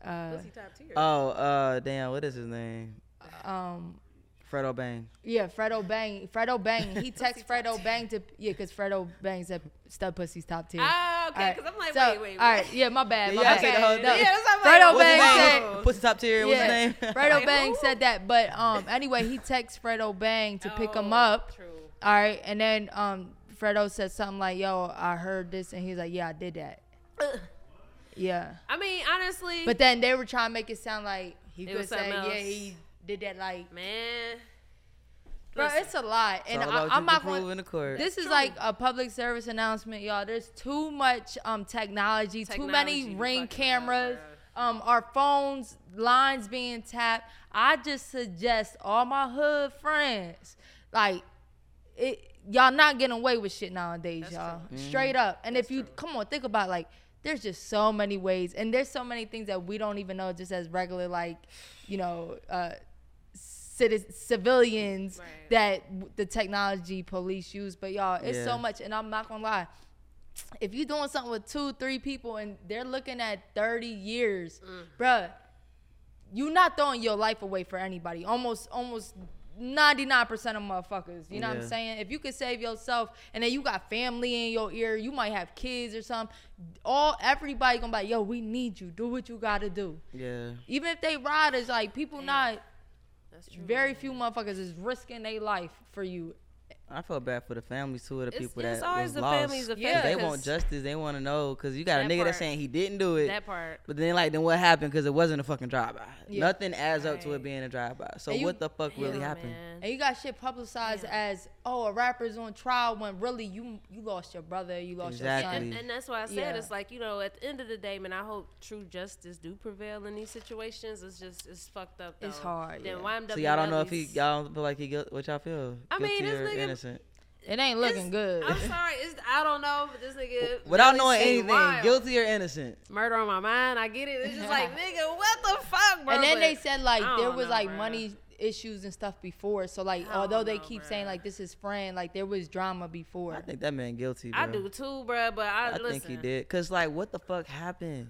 Speaker 6: Uh,
Speaker 5: Pussy top tier.
Speaker 3: Oh, uh, damn, what is his name?
Speaker 6: um,
Speaker 3: Fredo Bang.
Speaker 6: yeah, Fred O'Bang. Fred O'Bang.
Speaker 5: *laughs*
Speaker 6: He texts Fred O'Bang to yeah, cause Fred O'Bang's at stud pussy's top tier.
Speaker 5: Ah, okay,
Speaker 6: All right,
Speaker 5: 'cause I'm like,
Speaker 6: so-
Speaker 5: wait, wait,
Speaker 6: All
Speaker 5: wait.
Speaker 6: right, yeah, my bad. My
Speaker 3: Yeah, I
Speaker 6: bad.
Speaker 3: said the whole-
Speaker 6: No,
Speaker 3: Yeah, that's
Speaker 5: what I'm
Speaker 6: Fred
Speaker 5: like, what's
Speaker 6: O'Bang
Speaker 5: his
Speaker 6: said.
Speaker 5: name? Oh.
Speaker 3: Pussy Top Tier, what's his
Speaker 6: Yeah,
Speaker 3: name?
Speaker 5: *laughs*
Speaker 3: *laughs*
Speaker 6: Fred O'Bang said that, but um, anyway, he texts Fred O'Bang to pick him
Speaker 5: Oh,
Speaker 6: up.
Speaker 5: true.
Speaker 6: All right, and then um, Fredo said something like, "Yo, I heard this," and he's like, "Yeah, I did that." Yeah.
Speaker 5: I mean, honestly.
Speaker 6: But then they were trying to make it sound like he
Speaker 5: It
Speaker 6: could
Speaker 5: was
Speaker 6: say,
Speaker 5: something
Speaker 6: yeah,
Speaker 5: else.
Speaker 6: he did that. Like,
Speaker 5: man.
Speaker 6: Bro,
Speaker 5: Listen.
Speaker 6: it's a lot, and
Speaker 3: It's all
Speaker 6: I,
Speaker 3: about
Speaker 6: I'm
Speaker 3: what you
Speaker 6: not
Speaker 3: prove in
Speaker 6: going.
Speaker 3: the court.
Speaker 6: This is like a public service announcement, y'all. There's too much um technology, too
Speaker 5: Technology,
Speaker 6: many
Speaker 5: you
Speaker 6: ring cameras, um our phones lines being tapped. I just suggest all my hood friends, like it, y'all not getting away with shit nowadays, y'all.
Speaker 5: Mhm.
Speaker 6: Straight up. And if you come on, think about like there's just so many ways, and there's so many things that we don't even know just as regular, like you know, uh, citizens, civilians that w- the technology police use. But y'all, it's
Speaker 5: Yeah.
Speaker 6: so much, and I'm not gonna lie. If you're doing something with two, three people, and they're looking at 30 years, bruh, you not throwing your life away for anybody. Almost, almost 99% of motherfuckers. You know what I'm
Speaker 5: Yeah.
Speaker 6: saying? If you could save yourself and then you got family in your ear, you might have kids or something. All everybody gonna be like, yo, we need you. Do what you gotta do.
Speaker 3: Yeah.
Speaker 6: Even if they riders, like people not very few motherfuckers is risking their life for you.
Speaker 3: I feel bad for the families too of the
Speaker 6: It's-
Speaker 3: people
Speaker 6: it's
Speaker 3: that
Speaker 6: always
Speaker 3: was
Speaker 6: the
Speaker 3: lost.
Speaker 6: families of
Speaker 3: 'cause
Speaker 6: Yeah.
Speaker 3: they
Speaker 6: families,
Speaker 3: want
Speaker 6: 'cause-
Speaker 3: justice. They want to know because you got a
Speaker 6: That
Speaker 3: nigga
Speaker 6: part.
Speaker 3: that's saying he didn't do it.
Speaker 6: That part.
Speaker 3: But then like then what happened? Because it wasn't a fucking drive by.
Speaker 6: Yeah.
Speaker 3: Nothing adds up to it being a drive by. So
Speaker 6: And you-
Speaker 3: what the fuck really
Speaker 6: Yeah,
Speaker 3: happened?
Speaker 6: And you got shit publicized as, oh, a rapper's on trial when really you you lost your brother, you lost your son.
Speaker 5: And, and that's why I said
Speaker 6: Yeah.
Speaker 5: it's like you know at the end of the day, man. I hope true justice do prevail in these situations. It's just it's fucked up. Though.
Speaker 6: It's hard,
Speaker 5: Then
Speaker 6: yeah.
Speaker 5: YMW's
Speaker 3: So y'all don't know if he y'all don't feel like he guilt, what y'all feel
Speaker 5: I mean,
Speaker 3: guilty
Speaker 5: this
Speaker 3: or
Speaker 5: nigga-
Speaker 3: innocent.
Speaker 6: It ain't looking good. *laughs*
Speaker 5: I'm sorry. It's, I don't know, but this nigga
Speaker 3: Without
Speaker 5: Nelly
Speaker 3: knowing
Speaker 5: City
Speaker 3: anything,
Speaker 5: Wild.
Speaker 3: guilty or innocent.
Speaker 5: Murder on my mind. I get it. It's just
Speaker 6: *laughs*
Speaker 5: like nigga, what the fuck, bro?
Speaker 6: and then
Speaker 5: But
Speaker 6: they said like
Speaker 5: I
Speaker 6: there
Speaker 5: don't
Speaker 6: was
Speaker 5: know,
Speaker 6: like
Speaker 5: bruh.
Speaker 6: money issues and stuff before. So like although they keep saying like this is friend, like there was drama before.
Speaker 3: I think that man guilty. Bro.
Speaker 5: I do too, bro. But I,
Speaker 3: I
Speaker 5: listen.
Speaker 3: think he did. Cause like what the fuck happened?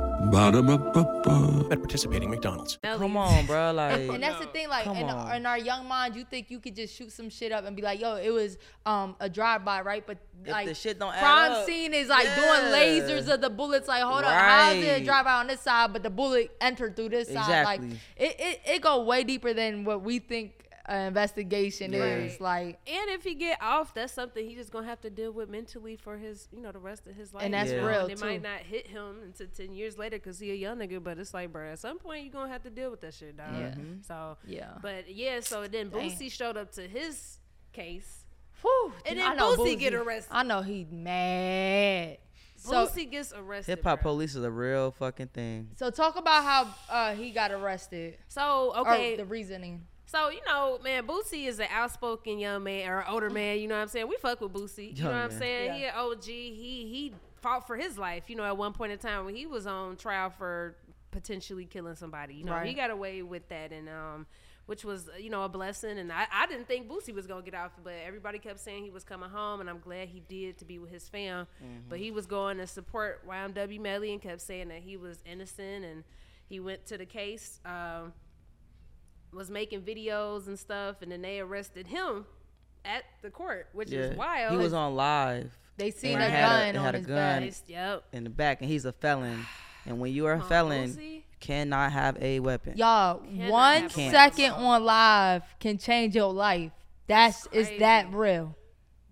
Speaker 10: Ba-da-ba-ba-ba. At participating McDonald's.
Speaker 3: Come on, bro. Like
Speaker 6: *laughs* and that's the thing, like
Speaker 3: come
Speaker 6: in,
Speaker 3: on.
Speaker 6: in our young mind, you think you could just shoot some shit up and be like, "Yo, it was um a drive by, right?" But
Speaker 3: If
Speaker 6: like
Speaker 3: the shit don't add
Speaker 6: crime
Speaker 3: up.
Speaker 6: scene is like
Speaker 3: Yeah.
Speaker 6: doing lasers of the bullets. Like, hold up, how is it a
Speaker 3: Right.
Speaker 6: drive by on this side, but the bullet entered through this side? Like,
Speaker 3: Exactly.
Speaker 6: it, it it go way deeper than what we think an investigation
Speaker 3: Yeah.
Speaker 6: is. Like,
Speaker 5: And if he get off, that's something he just gonna have to deal with mentally for his, you know, the rest of his life.
Speaker 6: that's
Speaker 5: you know,
Speaker 6: real,
Speaker 5: It might
Speaker 6: too.
Speaker 5: not hit him until ten years later because he a young nigga. But it's like, bro, at some point you gonna have to deal with that shit, dog.
Speaker 6: Yeah.
Speaker 3: Mm-hmm.
Speaker 6: Mhm.
Speaker 5: So
Speaker 6: Yeah.
Speaker 5: But yeah, so then
Speaker 6: Dang.
Speaker 5: Boosie showed up to his case.
Speaker 6: whew,
Speaker 5: And
Speaker 6: I
Speaker 5: then
Speaker 6: know
Speaker 5: Boosie get arrested.
Speaker 6: I know he mad. So-
Speaker 5: Boosie gets arrested.
Speaker 3: Hip hop police is a real fucking thing.
Speaker 6: So talk about how uh, he got arrested.
Speaker 5: So
Speaker 6: Or
Speaker 5: okay,
Speaker 6: the reasoning.
Speaker 5: So you know, man, Boosie is an outspoken young man or older man. You know what I'm saying? We fuck with Boosie. You know
Speaker 6: Young
Speaker 5: what I'm
Speaker 6: man.
Speaker 5: saying?
Speaker 6: Yeah.
Speaker 5: He an OG. He he fought for his life. You know, at one point in time when he was on trial for potentially killing somebody. You know,
Speaker 6: Right.
Speaker 5: he got away with that, and um, which was you know a blessing. And I, I didn't think Boosie was gonna get off, but everybody kept saying he was coming home, and I'm glad he did to be with his fam.
Speaker 6: Mm-hmm.
Speaker 5: But he was going to support YMW Melly and kept saying that he was innocent, and he went to the case. Um, was making videos and stuff, and then they arrested him at the court, which
Speaker 3: Yeah.
Speaker 5: is wild.
Speaker 3: He was on live.
Speaker 6: They seen
Speaker 3: And
Speaker 6: a
Speaker 3: he had
Speaker 6: gun
Speaker 3: he
Speaker 6: on
Speaker 3: had
Speaker 6: his
Speaker 3: gun
Speaker 6: back.
Speaker 5: Yep.
Speaker 3: in the back, and he's a felon. And when you are a felon, you cannot have a weapon.
Speaker 6: Y'all, one
Speaker 3: have a weapon.
Speaker 6: second on live can change your life. That's is that real.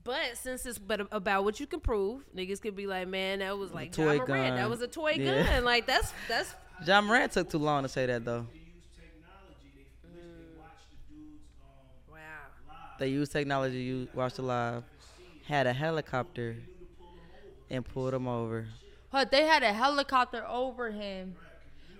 Speaker 5: But since it's but about what you can prove, niggas could be like, man, that was like
Speaker 3: toy
Speaker 5: John Moran.
Speaker 3: gun.
Speaker 5: That was a toy
Speaker 3: Yeah.
Speaker 5: gun. Like that's that's
Speaker 3: John Moran took too long to say that though.
Speaker 6: Mm.
Speaker 3: They used technology. You watched the live. Had a helicopter and pulled him over.
Speaker 6: But they had a helicopter over him.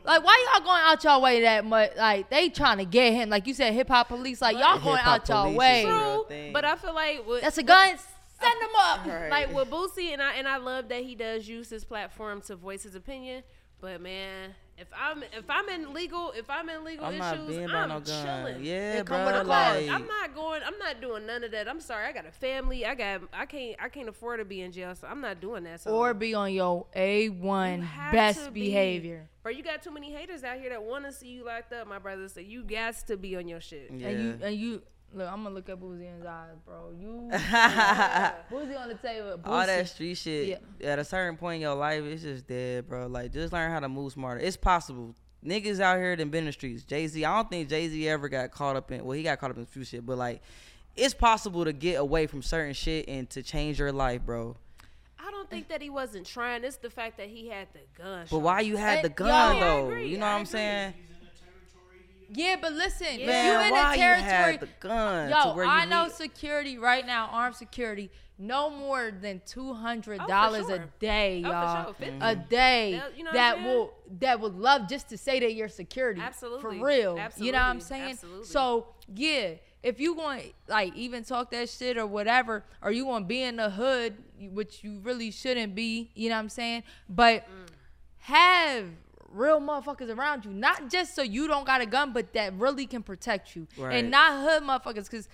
Speaker 6: Like, why y'all going out y'all way that much? Like, they trying to get him. Like you said, hip hop police. Like, y'all
Speaker 5: The
Speaker 6: going
Speaker 5: hip-hop
Speaker 6: out y'all
Speaker 5: police is
Speaker 6: way.
Speaker 5: a real thing. But I feel like what,
Speaker 6: That's a
Speaker 5: what-
Speaker 6: gun. Send them up.
Speaker 5: Like with Boosie and I and I love that he does use his platform to voice his opinion. But man, if I'm if I'm in legal if I'm in legal
Speaker 3: I'm
Speaker 5: issues,
Speaker 3: not being by
Speaker 5: I'm
Speaker 3: no gun.
Speaker 5: chilling.
Speaker 3: Yeah,
Speaker 5: They come with a
Speaker 3: bruh,
Speaker 5: cause.
Speaker 3: like-
Speaker 5: I'm not going. I'm not doing none of that. I'm sorry. I got a family. I got. I can't. I can't afford to be in jail. So I'm not doing that. So
Speaker 6: Or be on your A1
Speaker 5: have to
Speaker 6: best
Speaker 5: be-
Speaker 6: behavior.
Speaker 5: Bro, you got too
Speaker 3: Mm.
Speaker 5: many haters out here that want to see you locked up, my brother. So you got to be on your shit.
Speaker 3: *laughs*
Speaker 6: And you and you Look, I'm gonna look at Boozy in his eyes, bro. You, yeah. Boozy on the table. Boozy.
Speaker 3: All that street shit. At a certain point in your life, it's just dead, bro. Like, just learn how to move smarter. It's possible. Niggas out here that been in the streets. Jay Z. I don't think Jay Z ever got caught up in. Well, he got caught up in a few shit, but like, it's possible to get away from certain shit and to change your life, bro.
Speaker 5: I don't think that he wasn't trying. It's the fact that he had the gun.
Speaker 3: But why you had the gun though? you know what I'm saying?
Speaker 6: Yeah, but listen, if
Speaker 3: Man,
Speaker 6: you in
Speaker 3: why
Speaker 6: a
Speaker 3: you
Speaker 6: territory,
Speaker 3: had the gun
Speaker 6: yo,
Speaker 3: to where you
Speaker 6: I know
Speaker 3: need-
Speaker 6: security right now, armed security, no more than two hundred dollars
Speaker 5: sure.
Speaker 6: a day,
Speaker 5: Oh, for
Speaker 6: y'all,
Speaker 5: sure, fifty.
Speaker 6: a day
Speaker 5: That- you know what I'm
Speaker 6: that
Speaker 5: saying?
Speaker 6: will that would love just to say that you're security,
Speaker 5: Absolutely.
Speaker 6: for real. You know what I'm
Speaker 5: Absolutely.
Speaker 6: saying?
Speaker 5: Absolutely.
Speaker 6: So yeah, if you going like even talk that shit or whatever, or you want to be in the hood, which you really shouldn't be, you know what I'm saying? But have real motherfuckers around you, not just so you don't got a gun, but that really can protect you,
Speaker 5: Right.
Speaker 6: and not hood motherfuckers. Because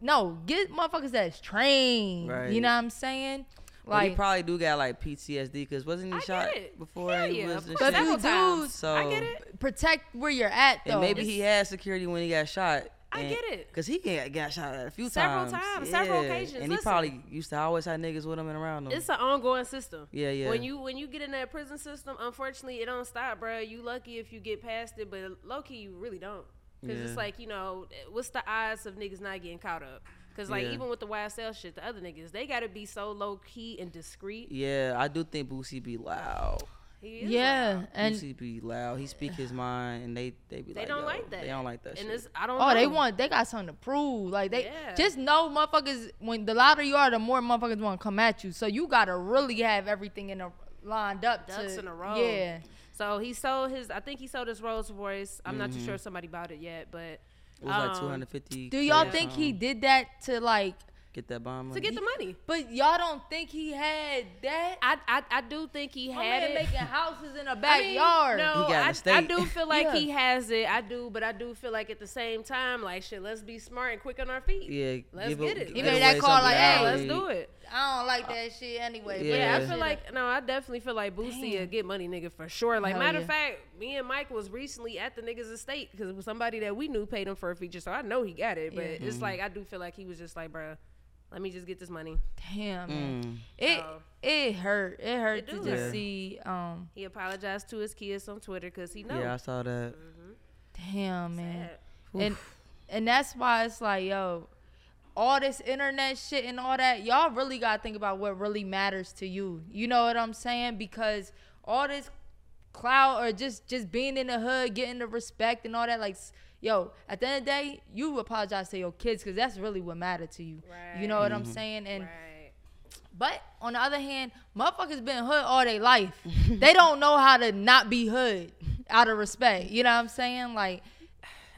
Speaker 6: no, get motherfuckers that's trained. You
Speaker 3: Right.
Speaker 6: know what I'm saying?
Speaker 3: Like, he
Speaker 6: Like,
Speaker 3: probably do got like PTSD because wasn't he shot before he
Speaker 6: yeah,
Speaker 3: was
Speaker 6: of
Speaker 3: in
Speaker 6: course.
Speaker 3: shit?
Speaker 6: Several times.
Speaker 3: So
Speaker 6: protect where you're at though.
Speaker 3: and maybe he had security when he got shot. I
Speaker 6: get it.
Speaker 3: Cause he got, got shot at a few
Speaker 5: Several
Speaker 3: times.
Speaker 5: times, several
Speaker 3: Yeah.
Speaker 5: occasions.
Speaker 3: And he
Speaker 5: Listen.
Speaker 3: probably used to always have niggas with him and around him.
Speaker 5: It's an ongoing system.
Speaker 3: Yeah, yeah.
Speaker 5: When you when you get in that prison system, unfortunately, it don't stop, bro. You lucky if you get past it, but low key, you really don't. Cause
Speaker 3: Yeah.
Speaker 5: it's like you know, what's the odds of niggas not getting caught up? Cause like
Speaker 3: Yeah.
Speaker 5: even with the YSL shit, the other niggas they gotta be so low key and discreet.
Speaker 3: yeah, I do think Boosie be loud.
Speaker 5: He is loud.
Speaker 3: Boosie be loud. He speak his mind, and they they be
Speaker 5: They
Speaker 3: like,
Speaker 5: don't
Speaker 3: "Yo,
Speaker 5: like that.
Speaker 3: They don't like that
Speaker 5: And
Speaker 3: shit.
Speaker 5: it's I don't.
Speaker 6: Oh, they
Speaker 5: know.
Speaker 6: want they got something to prove. Like they
Speaker 5: Yeah.
Speaker 6: just know motherfuckers when the louder you are, the more motherfuckers wanna come at you. So you gotta really have everything in a lined up
Speaker 5: ducks
Speaker 6: to,
Speaker 5: in a row.
Speaker 6: Yeah.
Speaker 5: So he sold his. I think he sold his Rolls Royce. I'm not too
Speaker 3: Mhm.
Speaker 5: sure if somebody bought it yet, but it
Speaker 3: It was
Speaker 5: um,
Speaker 3: like 250.
Speaker 6: Do y'all think he did that to like
Speaker 3: get that bomb?
Speaker 5: to get the money?
Speaker 6: But y'all don't think he had that?
Speaker 5: I I, I do think he
Speaker 6: My
Speaker 5: had
Speaker 6: man
Speaker 5: it.
Speaker 6: making houses in
Speaker 5: *laughs*
Speaker 6: a
Speaker 5: I mean,
Speaker 6: backyard.
Speaker 5: no,
Speaker 3: He got an
Speaker 5: I, I
Speaker 3: estate.
Speaker 5: do feel like
Speaker 6: Yeah.
Speaker 5: he has it. I do, but I do feel like at the same time, like shit, let's be smart and quick on our feet.
Speaker 3: Yeah,
Speaker 5: let's
Speaker 3: give a-
Speaker 5: get it.
Speaker 3: give He made that away call something like,
Speaker 5: yeah,
Speaker 3: "Hey,
Speaker 5: let's do it.
Speaker 6: I don't like that shit anyway.
Speaker 5: Yeah,
Speaker 6: but
Speaker 5: I feel like no, I definitely feel like Boosie a get money nigga for sure. Like
Speaker 6: Hell
Speaker 5: matter
Speaker 6: yeah.
Speaker 5: of fact, me and Mike was recently at the niggas estate because it was somebody that we knew paid him for a feature, so I know he got it. But
Speaker 6: Yeah.
Speaker 5: it's
Speaker 3: Mm-hmm.
Speaker 6: Mhm.
Speaker 5: like I do feel like he was just like, bruh, let me just get this money.
Speaker 6: damn, man.
Speaker 5: Mm.
Speaker 6: it
Speaker 5: So-
Speaker 6: it hurt. It hurt
Speaker 5: It
Speaker 6: to
Speaker 5: do
Speaker 6: just
Speaker 5: hurt.
Speaker 6: see. Um,
Speaker 5: He apologized to his kids on Twitter because he knows.
Speaker 3: Yeah, I saw that.
Speaker 6: damn, man.
Speaker 3: Sad.
Speaker 6: And and that's why it's like, yo, all this internet shit and all that, y'all really gotta think about what really matters to you. You know what I'm saying? Because all this cloud or just just being in the hood, getting the respect and all that, like. s- Yo, at the end of the day, you apologize to your kids because that's really what mattered to you. You know what I'm
Speaker 5: Mhm.
Speaker 6: saying? And but on the other hand, motherfuckers been hood all their life. they don't know how to not be hood out of respect. You know what I'm saying? Like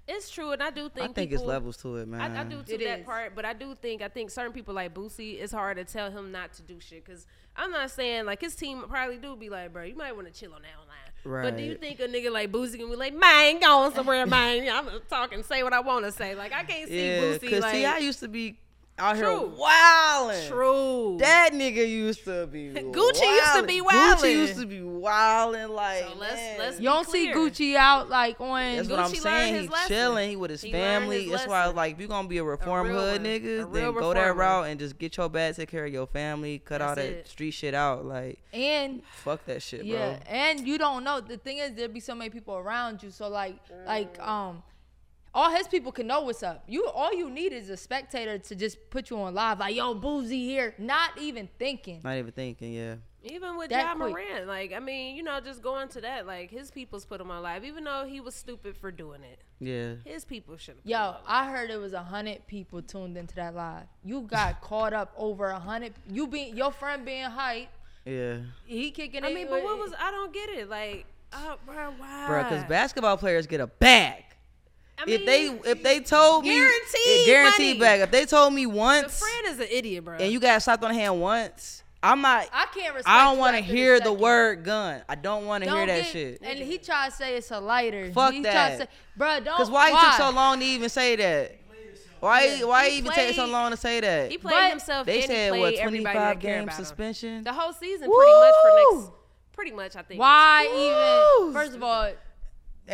Speaker 5: It's true, and I do
Speaker 3: I
Speaker 5: think
Speaker 3: think it's
Speaker 5: people,
Speaker 3: levels to it, man.
Speaker 5: I, I do to
Speaker 6: It
Speaker 5: that
Speaker 6: is.
Speaker 5: part, but I do think I think certain people like Boosie, it's hard to tell him not to do shit. Cause I'm not saying like his team probably do be like, bro, you might want to chill on that online. But do you
Speaker 3: Right.
Speaker 5: think a nigga like Boosie can be like, man, going somewhere, man? I'm gonna talk and say what I want to say. Like I can't see
Speaker 3: Yeah,
Speaker 5: Boosie.
Speaker 3: cause
Speaker 5: Like,
Speaker 3: see, I used to be out here
Speaker 5: True.
Speaker 3: wilding.
Speaker 5: True.
Speaker 3: That nigga used to be. Gucci
Speaker 5: used to be
Speaker 3: Gucci
Speaker 5: wildin'.
Speaker 3: used to be wilding. Like, man.
Speaker 6: you don't see Gucci out like on.
Speaker 3: That's what I'm saying. He chilling. He with his
Speaker 6: He learned
Speaker 3: family.
Speaker 6: his
Speaker 3: That's why I was like, if you gonna be a reform
Speaker 6: real
Speaker 3: hood
Speaker 6: one. A
Speaker 3: nigga,
Speaker 6: real
Speaker 3: then go that
Speaker 6: reformer.
Speaker 3: route and just get your bag, take care of your family, cut all
Speaker 6: That's
Speaker 3: that
Speaker 6: it.
Speaker 3: street shit out. Like,
Speaker 6: And
Speaker 3: fuck that shit, bro.
Speaker 6: yeah, and you don't know. The thing is, there be so many people around you. So like, like
Speaker 3: Mm.
Speaker 6: um. All his people can know what's up. You all you need is a spectator to just put you on live, like yo, boozy here, not even thinking.
Speaker 3: Not even thinking. Yeah.
Speaker 5: Even with
Speaker 6: That
Speaker 5: John
Speaker 6: quick.
Speaker 5: Moran, like I mean, you know, just going to that, like his people's put him on live, even though he was stupid for doing it.
Speaker 3: Yeah.
Speaker 5: His people should have.
Speaker 6: Yo, I heard it was a hundred people tuned into that live. You
Speaker 3: *laughs*
Speaker 6: got caught up over a hundred. You being your friend being hype.
Speaker 3: Yeah.
Speaker 6: He kicking.
Speaker 5: I
Speaker 6: it
Speaker 5: mean, but what
Speaker 6: with-
Speaker 5: was? I don't get it. Like, uh, bro, why?
Speaker 3: Bro, because basketball players get a bag. if they if they told me
Speaker 5: guaranteed
Speaker 3: guaranteed
Speaker 5: money.
Speaker 3: bag. If they told me once
Speaker 5: Fran is an idiot, bro.
Speaker 3: and you got slapped on the hand once, I'm not.
Speaker 6: I can't respect.
Speaker 3: I don't
Speaker 6: you
Speaker 3: want to
Speaker 6: after the
Speaker 3: hear the,
Speaker 6: second.
Speaker 3: word gun. I don't want to hear
Speaker 6: Don't
Speaker 3: that
Speaker 6: get-
Speaker 3: shit.
Speaker 6: And he tried to say it's a lighter.
Speaker 3: Fuck
Speaker 6: he
Speaker 3: that.
Speaker 6: Tried to say, bro, don't.
Speaker 3: Because why, he took so long to even say that? Why
Speaker 6: Yeah.
Speaker 3: why
Speaker 6: He
Speaker 3: he even take so
Speaker 6: played-
Speaker 3: long to say that?
Speaker 5: he played himself. and
Speaker 3: They
Speaker 5: he
Speaker 3: said
Speaker 5: played
Speaker 3: what
Speaker 5: everybody
Speaker 3: twenty
Speaker 5: that
Speaker 3: five
Speaker 5: cared
Speaker 3: game
Speaker 5: about him.
Speaker 3: suspension.
Speaker 5: The whole season, pretty much for next. Pretty much, I think.
Speaker 6: Why even? First of all,
Speaker 3: ain't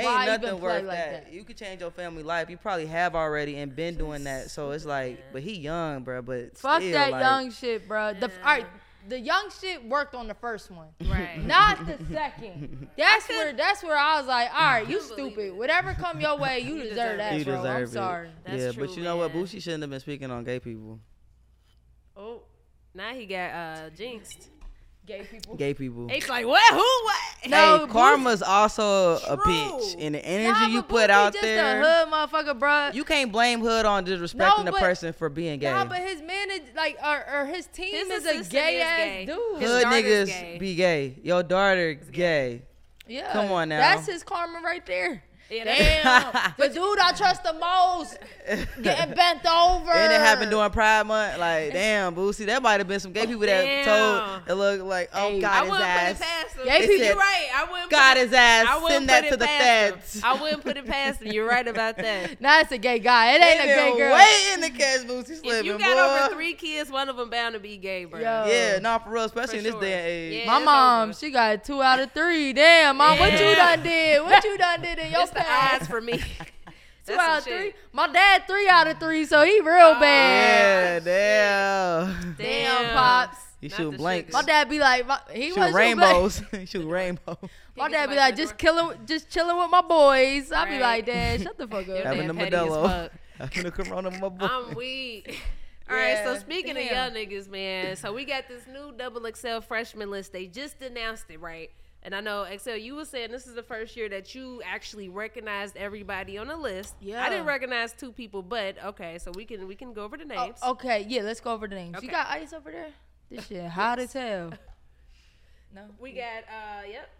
Speaker 6: Why
Speaker 3: nothing
Speaker 6: even play
Speaker 3: worth
Speaker 6: like
Speaker 3: that.
Speaker 6: that?
Speaker 3: You could change your family life. You probably have already and been doing that. So it's like, but he young, bro. But
Speaker 6: Fuck
Speaker 3: still,
Speaker 6: that
Speaker 3: like,
Speaker 6: young shit, bro. The, all right, the young shit worked on the first *laughs* one,
Speaker 5: Right.
Speaker 6: Not the
Speaker 3: *laughs*
Speaker 6: second. That's where that's where I was like, all right, you stupid. Whatever come your *laughs* way, you, deserve, that,
Speaker 3: You
Speaker 6: bro.
Speaker 3: deserve
Speaker 6: I'm
Speaker 3: it.
Speaker 6: sorry.
Speaker 3: yeah, but you know what? Boosie shouldn't have been speaking on gay people,
Speaker 5: Oh, now he got uh, jinxed.
Speaker 6: Gay people.
Speaker 3: gay people.
Speaker 5: It's like what? Who? What?
Speaker 3: hey, karma's also a bitch, and the energy you put out
Speaker 6: Just
Speaker 3: there.
Speaker 6: a hood motherfucker, bro.
Speaker 3: You can't blame Hood on disrespecting
Speaker 6: No,
Speaker 3: a
Speaker 6: but-
Speaker 3: person for being gay.
Speaker 6: Nah, but his manager, like, or, or his team
Speaker 5: His
Speaker 6: is a
Speaker 5: assistant
Speaker 6: gay
Speaker 5: is
Speaker 6: ass
Speaker 5: gay.
Speaker 6: dude.
Speaker 3: Hood niggas be gay. Your daughter gay.
Speaker 6: Yeah,
Speaker 3: Come on now.
Speaker 6: That's his karma right there. *laughs*
Speaker 3: that's-
Speaker 6: Damn, the dude I trust the most
Speaker 3: *laughs*
Speaker 6: getting bent over.
Speaker 3: And it happened during Pride Month.
Speaker 5: *laughs*
Speaker 3: Like, damn, Boosie, that might have been some gay people that
Speaker 5: Damn.
Speaker 3: told that look like, oh,
Speaker 5: I
Speaker 3: God, his
Speaker 5: wouldn't
Speaker 3: ass.
Speaker 5: put it past him.
Speaker 3: They
Speaker 5: They said,
Speaker 3: said,
Speaker 5: You're right. I wouldn't.
Speaker 3: "God,
Speaker 5: put it-
Speaker 3: his ass.
Speaker 5: I wouldn't
Speaker 3: Send that
Speaker 5: put it
Speaker 3: to the
Speaker 5: past him.
Speaker 3: feds."
Speaker 5: I wouldn't
Speaker 3: *laughs*
Speaker 5: put it past him. You're right about *laughs* that.
Speaker 6: Nah, it's a gay guy. It ain't
Speaker 3: They
Speaker 6: a gay
Speaker 3: been
Speaker 6: girl.
Speaker 3: waiting to catch Boosie
Speaker 5: If
Speaker 3: slipping,
Speaker 5: you got
Speaker 3: boy.
Speaker 5: over three kids, one of them bound to be gay, bro.
Speaker 3: Yeah, nah, for real, especially in this day and age.
Speaker 6: My mom, she got two out of three. Damn, mom, what you
Speaker 5: Yeah.
Speaker 6: done did? What you done
Speaker 5: *laughs*
Speaker 6: did in your
Speaker 5: It's the
Speaker 6: past?
Speaker 5: odds for *laughs* me.
Speaker 6: Two
Speaker 5: That's some
Speaker 6: out of
Speaker 5: shit. Oh,
Speaker 6: three. My dad, three out of three, so he real bad.
Speaker 3: Yeah, damn.
Speaker 6: Damn, pops.
Speaker 3: You shoot blanks.
Speaker 6: My dad be like, my, he was
Speaker 3: Shoot rainbows. *laughs* shoot rainbows.
Speaker 6: My dad be like, just killing, just chilling with my boys. I be like, Dad, shut the
Speaker 5: *laughs*
Speaker 6: fuck up.
Speaker 3: Having the Modelo. *laughs* Having the
Speaker 6: *laughs*
Speaker 3: Corona, my boy.
Speaker 5: I'm
Speaker 3: *laughs*
Speaker 5: weak. All right,
Speaker 6: Yeah,
Speaker 5: so speaking
Speaker 6: damn.
Speaker 5: of young niggas, man, so we got this new double XL freshman list. They just announced it, right? And I know XL, you were saying this is the first year that you actually recognized everybody on the list. I
Speaker 6: Yeah.
Speaker 5: didn't recognize two people, but okay, so we can we can go over the names.
Speaker 6: Oh, Okay, yeah, let's go over the names.
Speaker 5: Okay.
Speaker 6: You got ice over there? This shit hot as hell. No.
Speaker 5: We got uh, yep.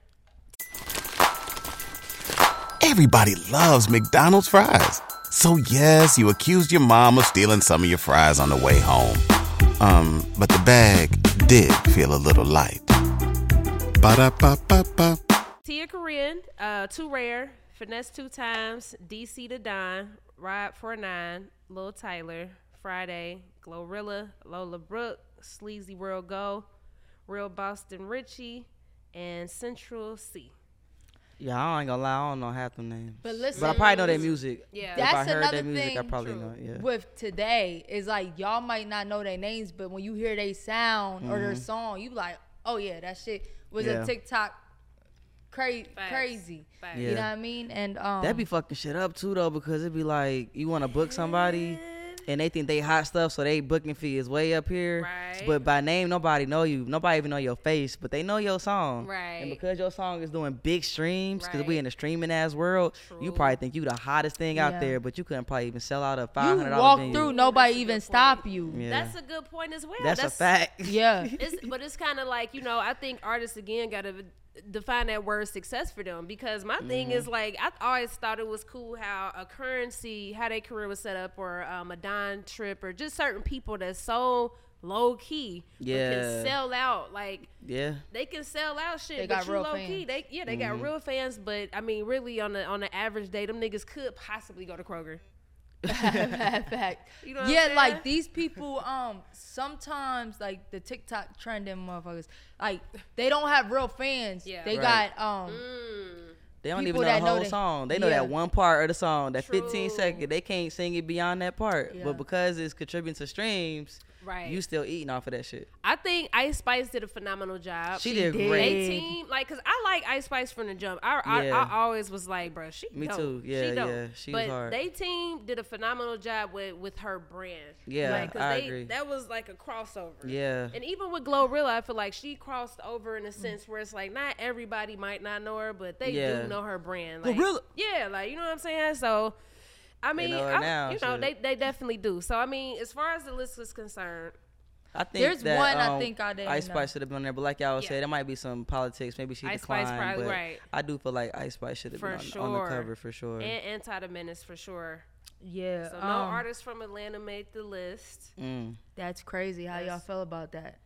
Speaker 1: Everybody loves McDonald's fries. So yes, you accused your mom of stealing some of your fries on the way home. Um, but the bag did feel a little light. Ba-da-ba-ba-ba.
Speaker 5: Tia Corinne, uh, Too Rare, Finesse Two Times, DC to Don, Rob for Nine, Lil Tyler, Friday, Glorilla, Lola Brooke, Sleazy World Go, Real Boston Richie, and Central C.
Speaker 3: Yeah, I ain't gonna lie, I don't know half them names.
Speaker 6: But
Speaker 3: but I
Speaker 6: listen-
Speaker 3: probably know their music.
Speaker 5: Yeah.
Speaker 3: if
Speaker 6: That's
Speaker 3: I heard
Speaker 6: another
Speaker 3: their music, I
Speaker 6: thing
Speaker 3: probably know. it, Yeah,
Speaker 6: with today is like y'all might not know their names, but when you hear they sound or their
Speaker 3: Mhm.
Speaker 6: song, you like, oh yeah, that shit was
Speaker 3: Yeah.
Speaker 6: a TikTok cra- crazy. You
Speaker 3: Yeah.
Speaker 6: know what I mean? And um,
Speaker 3: that be fucking shit up too though, because it'd be like you want to book somebody, and they think they hot stuff, so they booking fee is way up here. Right. But by name, nobody know you. Nobody even know your face, but they know your song. And
Speaker 5: Right.
Speaker 3: because your song is doing big streams, because we in a streaming ass world, you probably think you the hottest thing out
Speaker 6: Yeah.
Speaker 3: there, but you couldn't probably even sell out a five
Speaker 6: you
Speaker 3: hundred dollar
Speaker 6: walk
Speaker 3: venue.
Speaker 6: through, nobody even stop you.
Speaker 3: Yeah.
Speaker 5: That's a good point as well.
Speaker 3: That's a fact.
Speaker 6: Yeah.
Speaker 5: it's, but it's kind of like you know i think artists again gotta define that word success for them because my thing
Speaker 3: Mm-hmm.
Speaker 5: is like i always thought it was cool how a currency how their career was set up or um, a don trip or just certain people that's so low key but
Speaker 3: Yeah.
Speaker 5: can sell out like
Speaker 3: *laughs* Yeah.
Speaker 5: they can sell out shit
Speaker 6: They
Speaker 5: but
Speaker 6: got
Speaker 5: you
Speaker 6: real
Speaker 5: low key
Speaker 6: fans.
Speaker 5: they yeah they
Speaker 3: Mhm.
Speaker 5: got real fans but i mean really on the on the average day them niggas could possibly go to kroger *laughs*
Speaker 6: fact.
Speaker 5: You know what I'm
Speaker 6: yeah,
Speaker 5: saying?
Speaker 6: like these people, um, sometimes like the TikTok trending motherfuckers, like they don't have real fans. Yeah. They
Speaker 3: Right.
Speaker 6: got um
Speaker 5: Mm.
Speaker 3: They don't
Speaker 6: people
Speaker 3: even know the
Speaker 6: that know
Speaker 3: whole
Speaker 6: they-
Speaker 3: song. They know
Speaker 6: Yeah.
Speaker 3: that one part of the song, that 15 second. They can't sing it beyond that part.
Speaker 5: Yeah.
Speaker 3: But because it's contributing to streams,
Speaker 5: Right.
Speaker 3: you still eating off of that shit.
Speaker 5: I think Ice Spice did a phenomenal job.
Speaker 3: She She did did. great.
Speaker 5: Oh, They team, like, cause I like Ice Spice from the jump. I I,
Speaker 3: Yeah.
Speaker 5: I always was like, bruh, she
Speaker 3: Me
Speaker 5: dope.
Speaker 3: too. Yeah,
Speaker 5: she dope.
Speaker 3: yeah. She was
Speaker 5: but
Speaker 3: hard.
Speaker 5: they team did a phenomenal job with with her brand.
Speaker 3: Yeah,
Speaker 5: like, 'cause
Speaker 3: I
Speaker 5: they,
Speaker 3: agree.
Speaker 5: That was like a crossover.
Speaker 3: Yeah.
Speaker 5: and even with Glorilla, I feel like she crossed over in a sense where it's like not everybody might not know her, but they
Speaker 3: Yeah.
Speaker 5: do know her brand. Like,
Speaker 3: Glorilla.
Speaker 5: Yeah, like you know what I'm saying. So. I mean,
Speaker 3: know her
Speaker 5: I-
Speaker 3: now,
Speaker 5: you know,
Speaker 3: shit.
Speaker 5: they, they definitely do. So, I mean, as far as the list is concerned,
Speaker 3: I think
Speaker 5: There's
Speaker 3: that,
Speaker 5: one I
Speaker 3: um,
Speaker 5: think I didn't
Speaker 3: Ice
Speaker 5: know.
Speaker 3: Spice should have been on there, but like y'all
Speaker 5: Yeah.
Speaker 3: said, there might be some politics. Maybe she
Speaker 5: Ice Spice
Speaker 3: declined.
Speaker 5: probably
Speaker 3: but
Speaker 5: right.
Speaker 3: I do feel like Ice Spice should have
Speaker 5: for
Speaker 3: been on,
Speaker 5: sure.
Speaker 3: on the cover for sure.
Speaker 5: And Anti the Menace for sure.
Speaker 6: Yeah.
Speaker 5: So no
Speaker 6: um,
Speaker 5: artists from Atlanta made the list.
Speaker 3: Mm.
Speaker 6: That's crazy how y'all feel about that.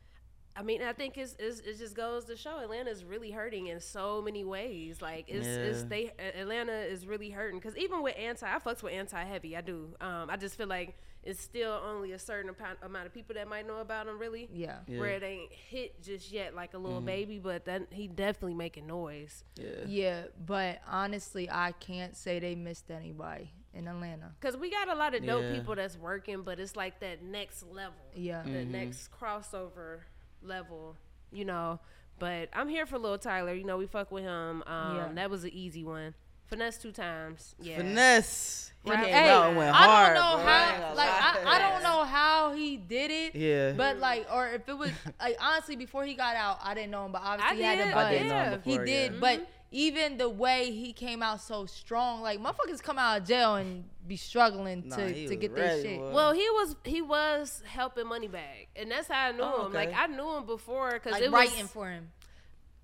Speaker 5: I mean, I think it's, it's it just goes to show Atlanta's really hurting in so many ways. Like it's, it's
Speaker 3: Yeah.
Speaker 5: they Atlanta is really hurting because even with anti, I fucks with anti heavy. I do. Um, I just feel like it's still only a certain amount, amount of people that might know about him. Really,
Speaker 6: Yeah. Yeah.
Speaker 5: Where it ain't hit just yet, like a little
Speaker 6: Mhm.
Speaker 5: baby, but then he definitely making noise.
Speaker 6: Yeah. yeah, but honestly, I can't say they missed anybody in Atlanta.
Speaker 5: Cause we got a lot of dope
Speaker 6: Yeah.
Speaker 5: people that's working, but it's like that next level.
Speaker 6: Yeah.
Speaker 5: The
Speaker 3: Mm.
Speaker 6: Mhm.
Speaker 5: next crossover level, you know. But I'm here for Lil Tyler. You know, we fuck with him. Um,
Speaker 6: Yeah.
Speaker 5: That was an easy one. Finesse two times. Yeah.
Speaker 3: Finesse. He
Speaker 5: Right.
Speaker 3: came
Speaker 5: Hey,
Speaker 3: out and went
Speaker 5: I don't
Speaker 3: hard.
Speaker 5: know
Speaker 3: bro.
Speaker 5: how-
Speaker 3: I ain't gonna
Speaker 6: Like
Speaker 3: lie.
Speaker 6: I, I don't know how he did it.
Speaker 3: Yeah.
Speaker 6: But like, or if it was like honestly, before he got out, I didn't know him. But obviously, he had
Speaker 3: did,
Speaker 6: a
Speaker 3: I didn't
Speaker 6: buzz.
Speaker 3: know him
Speaker 6: he
Speaker 3: before,
Speaker 6: did.
Speaker 3: yeah.
Speaker 6: But
Speaker 5: Mm-hmm.
Speaker 6: even the way he came out so strong, like motherfuckers come out of jail and be struggling
Speaker 5: Nah,
Speaker 6: to
Speaker 5: he
Speaker 6: to
Speaker 5: was
Speaker 6: get their
Speaker 5: ready,
Speaker 6: shit.
Speaker 5: boy. Well, he was he was helping Moneybag, and that's how I knew him.
Speaker 6: Oh, okay.
Speaker 5: Like I knew him before because
Speaker 6: Like,
Speaker 5: it was
Speaker 6: writing for him.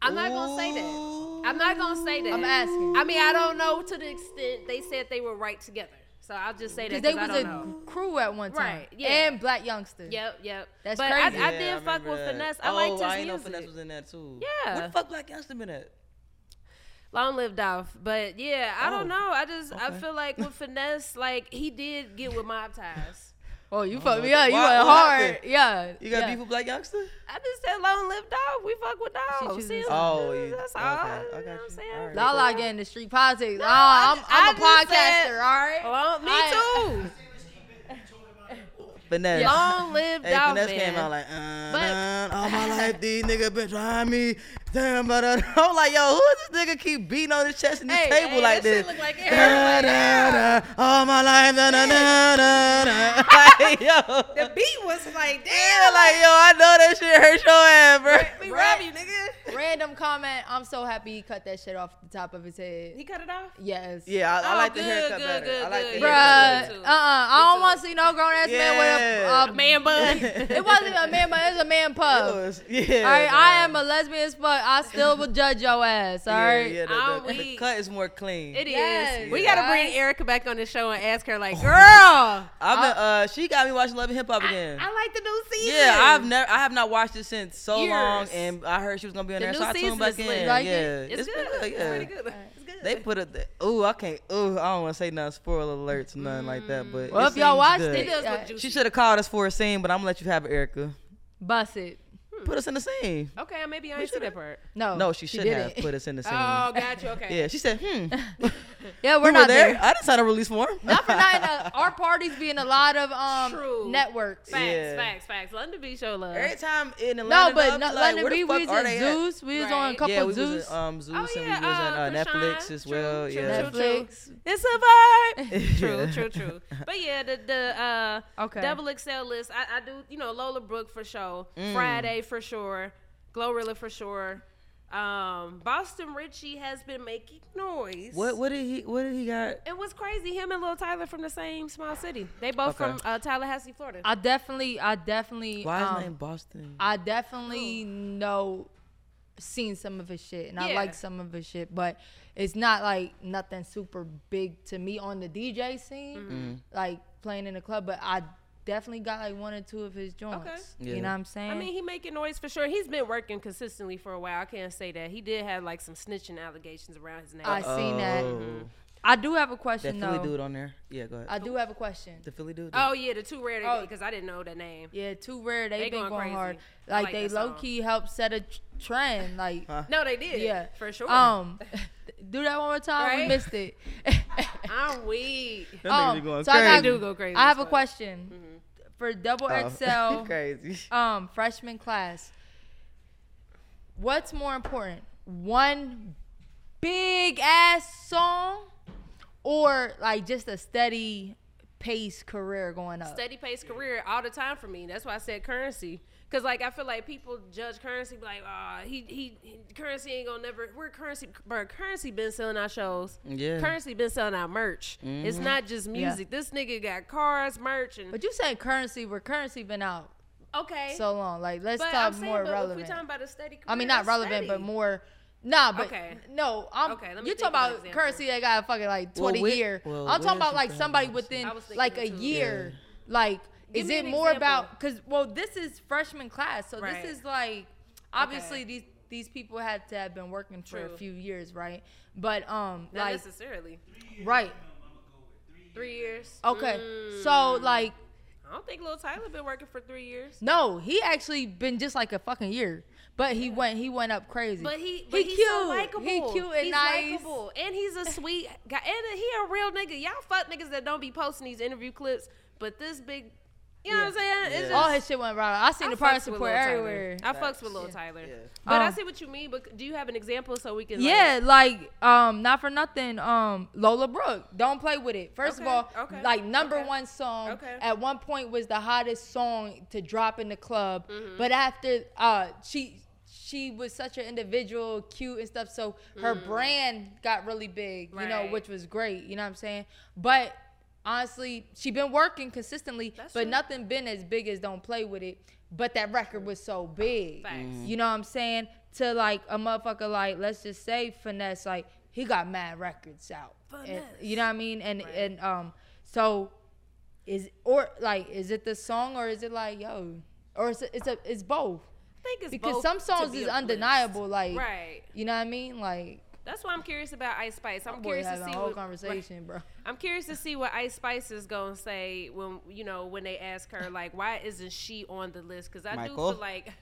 Speaker 5: I'm not gonna say that. I'm not gonna say that.
Speaker 6: I'm asking.
Speaker 5: I mean, I don't know to the extent they said they were right together. So I'll just say that
Speaker 6: Because they
Speaker 5: I
Speaker 6: was
Speaker 5: don't
Speaker 6: a
Speaker 5: know.
Speaker 6: crew at one time,
Speaker 5: Right, yeah.
Speaker 6: And black youngsters.
Speaker 5: Yep, yep.
Speaker 6: That's
Speaker 5: but
Speaker 6: crazy.
Speaker 5: I, I
Speaker 3: Yeah,
Speaker 5: did fuck
Speaker 3: remember
Speaker 5: with
Speaker 3: that.
Speaker 5: finesse. I
Speaker 3: oh,
Speaker 5: liked his
Speaker 3: I ain't know
Speaker 5: music.
Speaker 3: finesse was in that too.
Speaker 5: Yeah.
Speaker 3: What the fuck Black Youngster been at?
Speaker 5: Long lived off. But yeah, I
Speaker 3: Oh,
Speaker 5: don't know. I just I
Speaker 3: okay.
Speaker 5: feel like with finesse, like he did get with mob ties.
Speaker 6: Oh, you fucked me
Speaker 3: what-
Speaker 6: up. You
Speaker 3: why-
Speaker 6: went
Speaker 3: what
Speaker 6: hard.
Speaker 3: happened?
Speaker 6: Yeah.
Speaker 3: You got
Speaker 6: yeah.
Speaker 3: beef with Black Youngster?
Speaker 5: I just said long live dog. We fuck with dog. See,
Speaker 3: Oh, you,
Speaker 5: that's
Speaker 3: okay.
Speaker 5: all.
Speaker 3: I got you. All right.
Speaker 6: Lala getting the street politics.
Speaker 5: No,
Speaker 6: oh, I'm,
Speaker 5: I
Speaker 6: I'm
Speaker 5: just
Speaker 6: a
Speaker 5: said-
Speaker 6: podcaster, all right?
Speaker 5: Well, me
Speaker 6: I- *laughs*
Speaker 3: Finesse.
Speaker 5: Long live
Speaker 3: hey,
Speaker 5: dog,
Speaker 3: Finesse came
Speaker 5: man.
Speaker 3: out like, uh,
Speaker 5: But-
Speaker 3: but- all
Speaker 5: *laughs*
Speaker 3: my life these niggas been trying me. Damn, but uh, I'm like, yo, who is this nigga keep beating on his chest and his
Speaker 5: Hey,
Speaker 3: table
Speaker 5: hey,
Speaker 3: like
Speaker 5: that shit
Speaker 3: this?
Speaker 5: look like it
Speaker 3: Da,
Speaker 5: hurt,
Speaker 3: da, da, all my life, da, da, da, da, da. *laughs* Like, yo.
Speaker 11: The beat was like, damn.
Speaker 3: Yeah, like, yo, I know that shit hurt your ass, bro.
Speaker 11: We rob you, nigga.
Speaker 6: Random comment. I'm so happy he cut that shit off the top of his head.
Speaker 5: He cut it off?
Speaker 6: Yes.
Speaker 3: Yeah, I, I
Speaker 6: Oh,
Speaker 3: like the
Speaker 6: good,
Speaker 3: haircut
Speaker 6: good,
Speaker 3: better. I like the
Speaker 6: Bruh, uh-uh.
Speaker 3: haircut better.
Speaker 6: I don't want to see no grown ass
Speaker 3: Yeah.
Speaker 6: man with a,
Speaker 3: A
Speaker 6: man bun.
Speaker 3: *laughs*
Speaker 6: it wasn't a man bun. It was a man pub.
Speaker 3: yeah,
Speaker 6: all right, I am a lesbian as fuck. I still will judge your ass. All
Speaker 3: yeah,
Speaker 6: right.
Speaker 3: yeah, the, the, the,
Speaker 5: weak.
Speaker 3: cut is more clean.
Speaker 5: It is.
Speaker 6: Yes,
Speaker 5: we gotta bring
Speaker 6: guys.
Speaker 5: Erica back on the show and ask her, like, girl.
Speaker 3: I've been, uh, she got me watching Love and Hip Hop again.
Speaker 5: I like the new season.
Speaker 3: yeah, I've never, I have not watched it since so
Speaker 5: Years.
Speaker 3: long, and I heard she was gonna be on
Speaker 5: The
Speaker 3: there,
Speaker 5: new
Speaker 3: so I tuned
Speaker 5: season
Speaker 3: back
Speaker 5: is
Speaker 3: in.
Speaker 5: lit. You
Speaker 3: yeah,
Speaker 5: like it?
Speaker 3: it's,
Speaker 5: It's
Speaker 3: been
Speaker 5: good.
Speaker 3: good.
Speaker 5: It's
Speaker 3: Yeah,
Speaker 5: pretty good. It's good.
Speaker 3: They put a, ooh, I can't, ooh, I don't want to say nothing, spoiler alerts, nothing like that. But
Speaker 6: Well,
Speaker 3: it
Speaker 6: if y'all
Speaker 3: seems
Speaker 6: watched
Speaker 3: good.
Speaker 6: it, It does look
Speaker 3: she should have called us for a scene, but I'm gonna let you have it, Erica.
Speaker 6: Bust it.
Speaker 3: Put us in the scene.
Speaker 5: Okay, maybe I ain't see that part.
Speaker 6: No.
Speaker 3: No, she should have
Speaker 6: Oh, didn't.
Speaker 3: put us in the scene.
Speaker 5: Oh, got you. Okay.
Speaker 3: Yeah, she said, hmm.
Speaker 6: *laughs* Yeah,
Speaker 3: You
Speaker 6: we're
Speaker 3: were
Speaker 6: not there.
Speaker 3: I didn't sign a release form.
Speaker 6: Not for *laughs* nothing. uh, Our parties be in a lot of um networks.
Speaker 5: Facts,
Speaker 3: Yeah.
Speaker 5: facts, facts. London B show love.
Speaker 3: Every time in
Speaker 6: No,
Speaker 3: Atlanta,
Speaker 6: but
Speaker 3: dog,
Speaker 6: no,
Speaker 3: like,
Speaker 6: London
Speaker 3: where the
Speaker 6: B, we was
Speaker 3: fuck are
Speaker 6: in
Speaker 3: they at?
Speaker 6: Zeus. We was on a
Speaker 5: Right.
Speaker 6: couple
Speaker 3: yeah, we
Speaker 6: Zeus.
Speaker 3: was in um,
Speaker 5: Oh,
Speaker 3: Zeus and we was on uh, Netflix as well.
Speaker 5: True,
Speaker 3: yeah.
Speaker 5: true,
Speaker 3: *laughs*
Speaker 5: true. It's a vibe.
Speaker 3: Yeah.
Speaker 5: true, true, true. But yeah, the the uh
Speaker 6: Okay.
Speaker 5: double XL list. I, I do you know Lola Brooke for sure,
Speaker 6: Mm.
Speaker 5: Friday for sure, Glorilla for sure. Um, Boston Richie has been making noise.
Speaker 3: *laughs* What what did he what did he got?
Speaker 5: It was crazy. Him and Lil Tyler from the same small city. They both
Speaker 3: Okay.
Speaker 5: from uh, Tallahassee, Florida.
Speaker 6: I definitely, I definitely.
Speaker 3: Why is
Speaker 6: um,
Speaker 3: his name Boston?
Speaker 6: I definitely know, seen some of his shit, and I
Speaker 5: Yeah.
Speaker 6: like some of his shit, but it's not like nothing super big to me on the DJ scene,
Speaker 5: Mhm.
Speaker 6: like playing in the club. But I definitely got like one or two of his joints. You know what I'm saying?
Speaker 5: I mean, he making noise for sure. He's been working consistently for a while. I can't say that he did have like some snitching allegations around his name.
Speaker 6: I seen that.
Speaker 5: Mm-hmm.
Speaker 3: Uh-oh.
Speaker 6: I do have a question
Speaker 3: That Philly
Speaker 6: though.
Speaker 3: dude on there. Yeah, go ahead.
Speaker 6: I do have a question.
Speaker 3: The Philly dude. *laughs*
Speaker 5: Oh yeah, the two rare because I didn't know the name.
Speaker 6: Yeah, too rare. They,
Speaker 5: They
Speaker 6: been
Speaker 5: going
Speaker 6: going,
Speaker 5: crazy.
Speaker 6: hard.
Speaker 5: I
Speaker 6: Like,
Speaker 5: like
Speaker 6: they
Speaker 5: that
Speaker 6: low
Speaker 5: song.
Speaker 6: key helped set a tr- trend. Like
Speaker 5: No, they did.
Speaker 6: Yeah,
Speaker 5: for sure.
Speaker 6: Um, *laughs* do that one more time. We
Speaker 5: Right? *laughs*
Speaker 6: missed it.
Speaker 5: I'm weak.
Speaker 6: Um, so I got-
Speaker 5: They do go crazy. Mm-hmm.
Speaker 6: I have
Speaker 5: as
Speaker 6: a
Speaker 5: fuck.
Speaker 6: question for double
Speaker 3: *laughs*
Speaker 5: Oh, *laughs*
Speaker 6: XL
Speaker 3: crazy.
Speaker 5: Uh,
Speaker 6: um freshman class. What's more important, one big ass song, or like just a steady pace career going up?
Speaker 5: Steady pace career all the time for me. That's why I said currency. Cause like I feel like people judge currency be like, ah, he, he he currency ain't gonna never. We're currency, bro. Currency been selling our shows.
Speaker 6: Yeah.
Speaker 5: Currency been selling our merch. It's
Speaker 6: Mhm.
Speaker 5: not just
Speaker 6: Yeah.
Speaker 5: music. This nigga got cars, merch, and
Speaker 6: But you saying currency, where currency been out
Speaker 5: okay.
Speaker 6: so long. Like let's
Speaker 5: But
Speaker 6: talk
Speaker 5: I'm saying,
Speaker 6: more
Speaker 5: but If we
Speaker 6: relevant.
Speaker 5: talking about a steady. Career,
Speaker 6: I mean, not
Speaker 5: that's
Speaker 6: relevant,
Speaker 5: steady.
Speaker 6: but more. Nah, but
Speaker 5: Okay.
Speaker 6: no, I'm.
Speaker 5: Okay, let me
Speaker 6: you
Speaker 5: think of
Speaker 6: talking
Speaker 5: an
Speaker 6: about
Speaker 5: example.
Speaker 6: currency that got a fucking like
Speaker 5: Well,
Speaker 6: twenty
Speaker 5: where-
Speaker 6: year.
Speaker 5: well, where
Speaker 6: I'm talking about
Speaker 5: she
Speaker 6: like
Speaker 5: from?
Speaker 6: somebody within
Speaker 5: I was thinking
Speaker 6: like
Speaker 5: it
Speaker 6: a
Speaker 5: too.
Speaker 6: year, like Is
Speaker 5: me
Speaker 6: it
Speaker 5: an
Speaker 6: more
Speaker 5: example.
Speaker 6: about because well, this is freshman class, so
Speaker 5: Right.
Speaker 6: this is like obviously these these people had to have been working for a
Speaker 5: True.
Speaker 6: few years, right? But um,
Speaker 5: Not
Speaker 6: like
Speaker 5: necessarily.
Speaker 6: right,
Speaker 5: Three years.
Speaker 6: okay,
Speaker 5: Mm.
Speaker 6: so like
Speaker 5: I don't think Lil Tyler been working for three years.
Speaker 6: no, he actually been just like a fucking year, but he went he went up crazy.
Speaker 5: But he, but he's so likable.
Speaker 6: He cute and
Speaker 5: he's
Speaker 6: nice.
Speaker 5: likable. and he's a sweet guy. And he a real nigga. Y'all fuck niggas that don't be posting these interview clips. But this big, you know what I'm saying? It's
Speaker 6: All
Speaker 5: just-
Speaker 6: his shit went viral. I seen the
Speaker 5: I
Speaker 6: prior
Speaker 5: fucks with
Speaker 6: support
Speaker 5: Lil Tyler.
Speaker 6: everywhere.
Speaker 5: I fucks with Lil Tyler. But I
Speaker 6: Um,
Speaker 5: see what you mean. But do you have an example so we can? like-
Speaker 6: Yeah, like um, not for nothing. Um, Lola Brooke, don't play with it. First
Speaker 5: Okay,
Speaker 6: of all,
Speaker 5: okay,
Speaker 6: like number
Speaker 5: okay,
Speaker 6: one song
Speaker 5: okay.
Speaker 6: at one point was the hottest song to drop in the club.
Speaker 5: Mhm.
Speaker 6: But after uh, she she was such an individual, cute and stuff. So her
Speaker 5: Mm.
Speaker 6: brand got really big, you know,
Speaker 5: Right.
Speaker 6: which was great. You know what I'm saying? But honestly, she been working consistently, but
Speaker 5: true.
Speaker 6: nothing been as big as Don't Play With It. But that record was so big.
Speaker 5: Facts. Mhm.
Speaker 6: You know what I'm saying? To like a motherfucker like, let's just say finesse, like he got mad records out. And-
Speaker 5: Finesse.
Speaker 6: you know what I mean? And and um so is or like is it the song or is it like yo or it's a, it's a it's both.
Speaker 5: I think it's
Speaker 6: because
Speaker 5: both
Speaker 6: some
Speaker 5: to
Speaker 6: songs
Speaker 5: be
Speaker 6: is
Speaker 5: uplift.
Speaker 6: undeniable, like
Speaker 5: Right.
Speaker 6: you know what I mean? Like
Speaker 5: That's why I'm curious about Ice Spice. I'm
Speaker 6: boy
Speaker 5: curious to
Speaker 6: having
Speaker 5: see
Speaker 6: a whole
Speaker 5: what
Speaker 6: conversation,
Speaker 5: right.
Speaker 6: bro.
Speaker 5: I'm curious to see what Ice Spice is gonna say when you know when they ask her like why isn't she on the list? Because I do
Speaker 3: Michael?
Speaker 5: feel like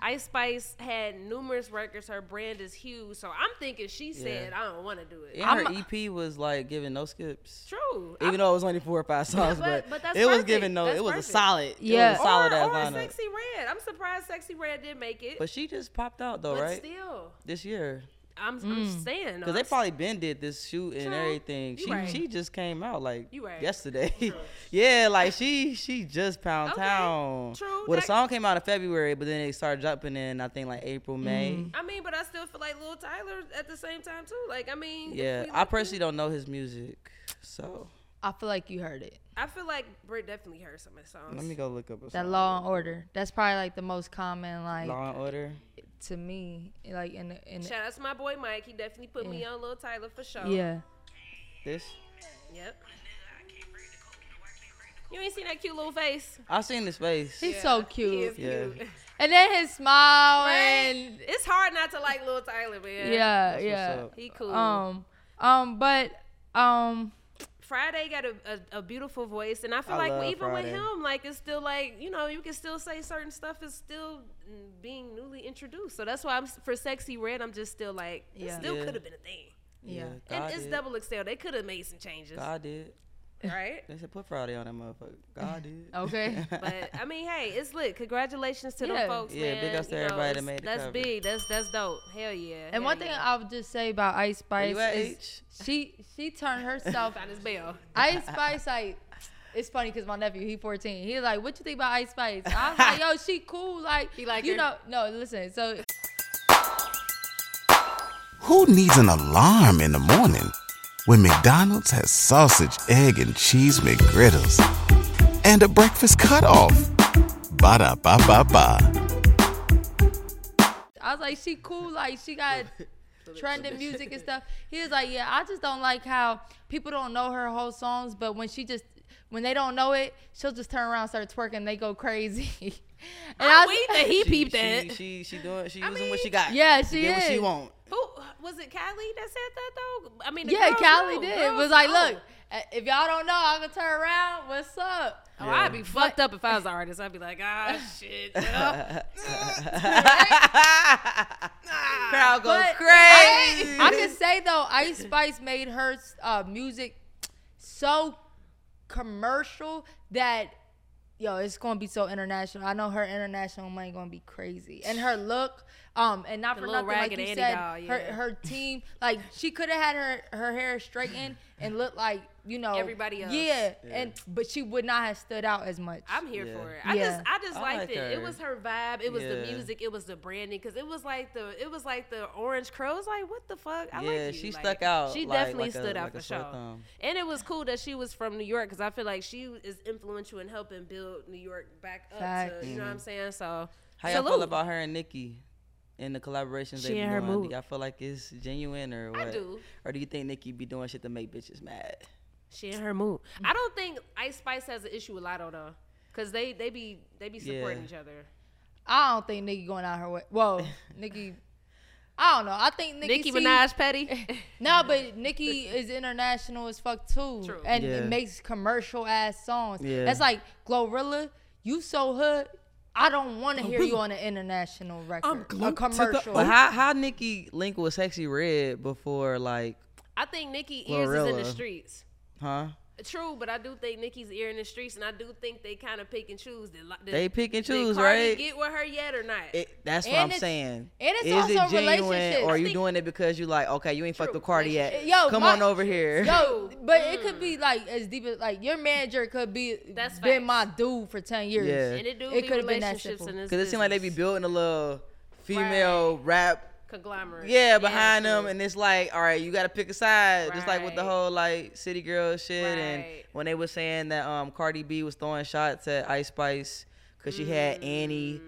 Speaker 5: Ice Spice had numerous records. Her brand is huge, so I'm thinking she
Speaker 3: Yeah.
Speaker 5: said I don't want to do it.
Speaker 3: And her EP was like giving no skips.
Speaker 5: True.
Speaker 3: Even though it was only four or five songs,
Speaker 5: but-
Speaker 3: but,
Speaker 5: but that's
Speaker 3: it was
Speaker 5: perfect.
Speaker 3: giving no.
Speaker 5: That's
Speaker 3: it was
Speaker 5: perfect.
Speaker 3: a solid. It
Speaker 6: Yeah.
Speaker 3: was a solid
Speaker 5: or,
Speaker 3: ass
Speaker 5: or
Speaker 3: lineup.
Speaker 5: Sexy Red. I'm surprised Sexy Red didn't make it.
Speaker 3: But she just popped out though,
Speaker 5: But
Speaker 3: right?
Speaker 5: still.
Speaker 3: This year.
Speaker 5: I'm, I'm saying
Speaker 3: Because they probably been did this shoot and
Speaker 5: True.
Speaker 3: everything.
Speaker 5: You
Speaker 3: She
Speaker 5: right.
Speaker 3: she just came out like
Speaker 5: You right.
Speaker 3: yesterday. *laughs* yeah, like she she just pound town.
Speaker 5: True. That-
Speaker 3: Well, the song came out in February, but then it started jumping in I think like April May.
Speaker 5: I mean, but I still feel like Lil Tyler at the same time too. Like I mean, if
Speaker 3: Yeah,
Speaker 5: we
Speaker 3: I personally don't know his music, so
Speaker 6: I feel like you heard it.
Speaker 5: I feel like Britt definitely heard some of his songs.
Speaker 3: let me go look up a
Speaker 6: That
Speaker 3: song.
Speaker 6: Law and Order. That's probably like the most common like
Speaker 3: Law and Order.
Speaker 6: to me, like in the, in the,
Speaker 5: Shout out to my boy Mike. He definitely put me
Speaker 6: Yeah.
Speaker 5: on Lil Tyler for sure.
Speaker 6: yeah.
Speaker 3: This
Speaker 5: Yep. You ain't seen that cute little face.
Speaker 3: I seen his face.
Speaker 6: He's so cute.
Speaker 5: He is
Speaker 3: Yeah.
Speaker 5: cute.
Speaker 6: And then his smile
Speaker 5: Right?
Speaker 6: and
Speaker 5: It's hard not to like Lil Tyler, man.
Speaker 6: yeah, yeah.
Speaker 5: He cool.
Speaker 6: Um, um, but um,
Speaker 5: Friday got a, a, a beautiful voice, and I feel
Speaker 6: I
Speaker 5: like
Speaker 6: love
Speaker 5: even
Speaker 6: Friday.
Speaker 5: with him, like it's still like you know you can still say certain stuff is still mm, being newly introduced. So that's why I'm for sexy red. I'm just still like it
Speaker 6: Yeah.
Speaker 5: still
Speaker 3: Yeah.
Speaker 5: could have been a thing.
Speaker 3: Yeah,
Speaker 5: and
Speaker 3: God
Speaker 5: it's
Speaker 3: did.
Speaker 5: double XL. They could have made some changes,
Speaker 3: God did.
Speaker 5: right?
Speaker 3: They said put Friday on that motherfucker.
Speaker 5: *laughs*
Speaker 3: God did. *laughs*
Speaker 6: Okay.
Speaker 5: but I mean, hey, it's lit. Congratulations to
Speaker 6: Yeah.
Speaker 5: them folks,
Speaker 3: Yeah,
Speaker 5: man.
Speaker 3: big ups to
Speaker 5: You know,
Speaker 3: everybody that
Speaker 5: it's-
Speaker 3: made the
Speaker 5: That's
Speaker 3: cover.
Speaker 5: big. That's that's dope. Hell yeah.
Speaker 6: and one thing I would just say about Ice Spice
Speaker 3: you at,
Speaker 6: is she she turned
Speaker 3: *laughs*
Speaker 6: herself.
Speaker 5: Found his
Speaker 6: *laughs*
Speaker 5: bell.
Speaker 6: Ice Spice like. It's funny because my nephew, he 14. He like, what you think about Ice
Speaker 3: *laughs*
Speaker 6: Spice? I was like, yo, she cool. Like,
Speaker 5: like
Speaker 6: you
Speaker 5: her?
Speaker 6: know, no, listen. So
Speaker 1: Who needs an alarm in the morning when McDonald's has sausage, egg, and cheese McGriddles and a breakfast cutoff? Ba da ba ba ba.
Speaker 6: I was like, she cool, like she got trending music and stuff. He was like, yeah, I just don't like how people don't know her whole songs, but when she just when they don't know it, she'll just turn around, and start twerking, and they go crazy. *laughs* and
Speaker 5: I
Speaker 6: was-
Speaker 5: wait that he
Speaker 3: She-
Speaker 5: peeped
Speaker 3: she,
Speaker 5: it.
Speaker 3: She she doing she using what she got.
Speaker 6: yeah,
Speaker 3: She
Speaker 6: she
Speaker 3: did what she
Speaker 6: is.
Speaker 3: want.
Speaker 5: Who was it? Kylie that said that though. I mean, the
Speaker 6: *laughs* yeah,
Speaker 5: girls
Speaker 6: Callie
Speaker 5: know.
Speaker 6: did.
Speaker 5: Girls
Speaker 6: was like,
Speaker 5: know.
Speaker 6: look, uh, if y'all don't know, I'm gonna turn around. What's up?
Speaker 5: Oh, I'd be fucked up if I was an artist. I'd be like, ah,
Speaker 6: *laughs*
Speaker 5: shit.
Speaker 3: *laughs*
Speaker 5: well,
Speaker 3: Crowd go
Speaker 6: But I,
Speaker 3: crazy.
Speaker 6: I can say though, Ice Spice made her uh, music so commercial that yo, it's gonna be so international. I know her international money gonna be crazy, and her look, um, and not
Speaker 5: The
Speaker 6: for
Speaker 5: little
Speaker 6: nothing, like
Speaker 5: ragged
Speaker 6: you
Speaker 5: Annie
Speaker 6: said,
Speaker 5: doll, yeah.
Speaker 6: her her team, like she could have had her her hair straightened and looked like you know
Speaker 5: Everybody else.
Speaker 6: Yeah, and but she would not have stood out as much.
Speaker 5: I'm here
Speaker 6: Yeah.
Speaker 5: for it. I
Speaker 6: Yeah.
Speaker 5: just, I just
Speaker 6: I
Speaker 5: liked
Speaker 6: like
Speaker 5: it. It
Speaker 6: her.
Speaker 5: was her vibe. It was the
Speaker 3: Yeah.
Speaker 5: music. It was the branding. Cause it was like the, it was like the orange crows. Like, what the fuck? I
Speaker 3: yeah,
Speaker 5: like you.
Speaker 3: she
Speaker 5: Like,
Speaker 3: stuck out.
Speaker 5: She
Speaker 3: like-
Speaker 5: definitely
Speaker 3: like a-
Speaker 5: stood out
Speaker 3: like a
Speaker 5: for
Speaker 3: sore
Speaker 5: sure.
Speaker 3: thumb.
Speaker 5: And it was cool that she was from New York because I feel like she is influential in helping build New York back up.
Speaker 6: Facts.
Speaker 5: To, you know what I'm
Speaker 3: Mhm.
Speaker 5: saying? So,
Speaker 3: How y'all feel
Speaker 5: salute.
Speaker 3: about her and Nikki and the collaborations
Speaker 5: She
Speaker 3: they be
Speaker 5: in her
Speaker 3: doing?
Speaker 5: mood.
Speaker 3: Do y'all feel like it's genuine or
Speaker 5: I
Speaker 3: what?
Speaker 5: do.
Speaker 3: Or do you think Nikki be doing shit to make bitches mad?
Speaker 5: She in her mood. I don't think Ice Spice has an issue with Lotto though. Cause they they be they be supporting
Speaker 6: Yeah.
Speaker 5: each other.
Speaker 6: I don't think Nicki going out her way. Well, Nicki, I don't know. I think Nicki.
Speaker 5: Nicki
Speaker 6: see-
Speaker 5: Minaj petty?
Speaker 6: *laughs* no, but Nicki is international as fuck too, and
Speaker 5: Yeah.
Speaker 6: it makes commercial ass songs.
Speaker 5: Yeah.
Speaker 6: That's like Glorilla. You so hood. I don't want to hear you on an international record, a commercial.
Speaker 3: But how how Nicki link with Sexy Red before like
Speaker 5: I think Nicki ears is in the
Speaker 3: Glorilla.
Speaker 5: streets.
Speaker 3: huh?
Speaker 5: True, but I do think Nicki's ear in the streets, and I do think they kind of pick and choose. Did, li- did-
Speaker 3: They pick and
Speaker 5: did
Speaker 3: choose,
Speaker 5: Cardi
Speaker 3: right?
Speaker 5: Get with her yet or not?
Speaker 3: It, that's what
Speaker 5: And
Speaker 3: I'm
Speaker 5: it's-
Speaker 3: saying.
Speaker 5: and it's
Speaker 3: Is
Speaker 5: also
Speaker 3: it genuine,
Speaker 5: relationships.
Speaker 3: or
Speaker 5: I
Speaker 3: are you
Speaker 5: think-
Speaker 3: doing it because you like, okay, you ain't fucked with Cardi yet.
Speaker 6: Yo,
Speaker 3: come
Speaker 6: my-
Speaker 3: on over here.
Speaker 6: Yo, but it could be like as deep as like your manager could be been my dude for ten years.
Speaker 3: Yeah. And
Speaker 5: it do be
Speaker 6: could've
Speaker 5: relationships in
Speaker 3: because it seems like they be building a little female rap,
Speaker 5: Conglomerate.
Speaker 3: yeah, behind them, and it's like, all right, you got to pick a side. Just like with the
Speaker 5: Right.
Speaker 3: whole like city girl shit, and
Speaker 5: Right.
Speaker 3: when they was saying that um Cardi B was throwing shots at Ice Spice because she had Annie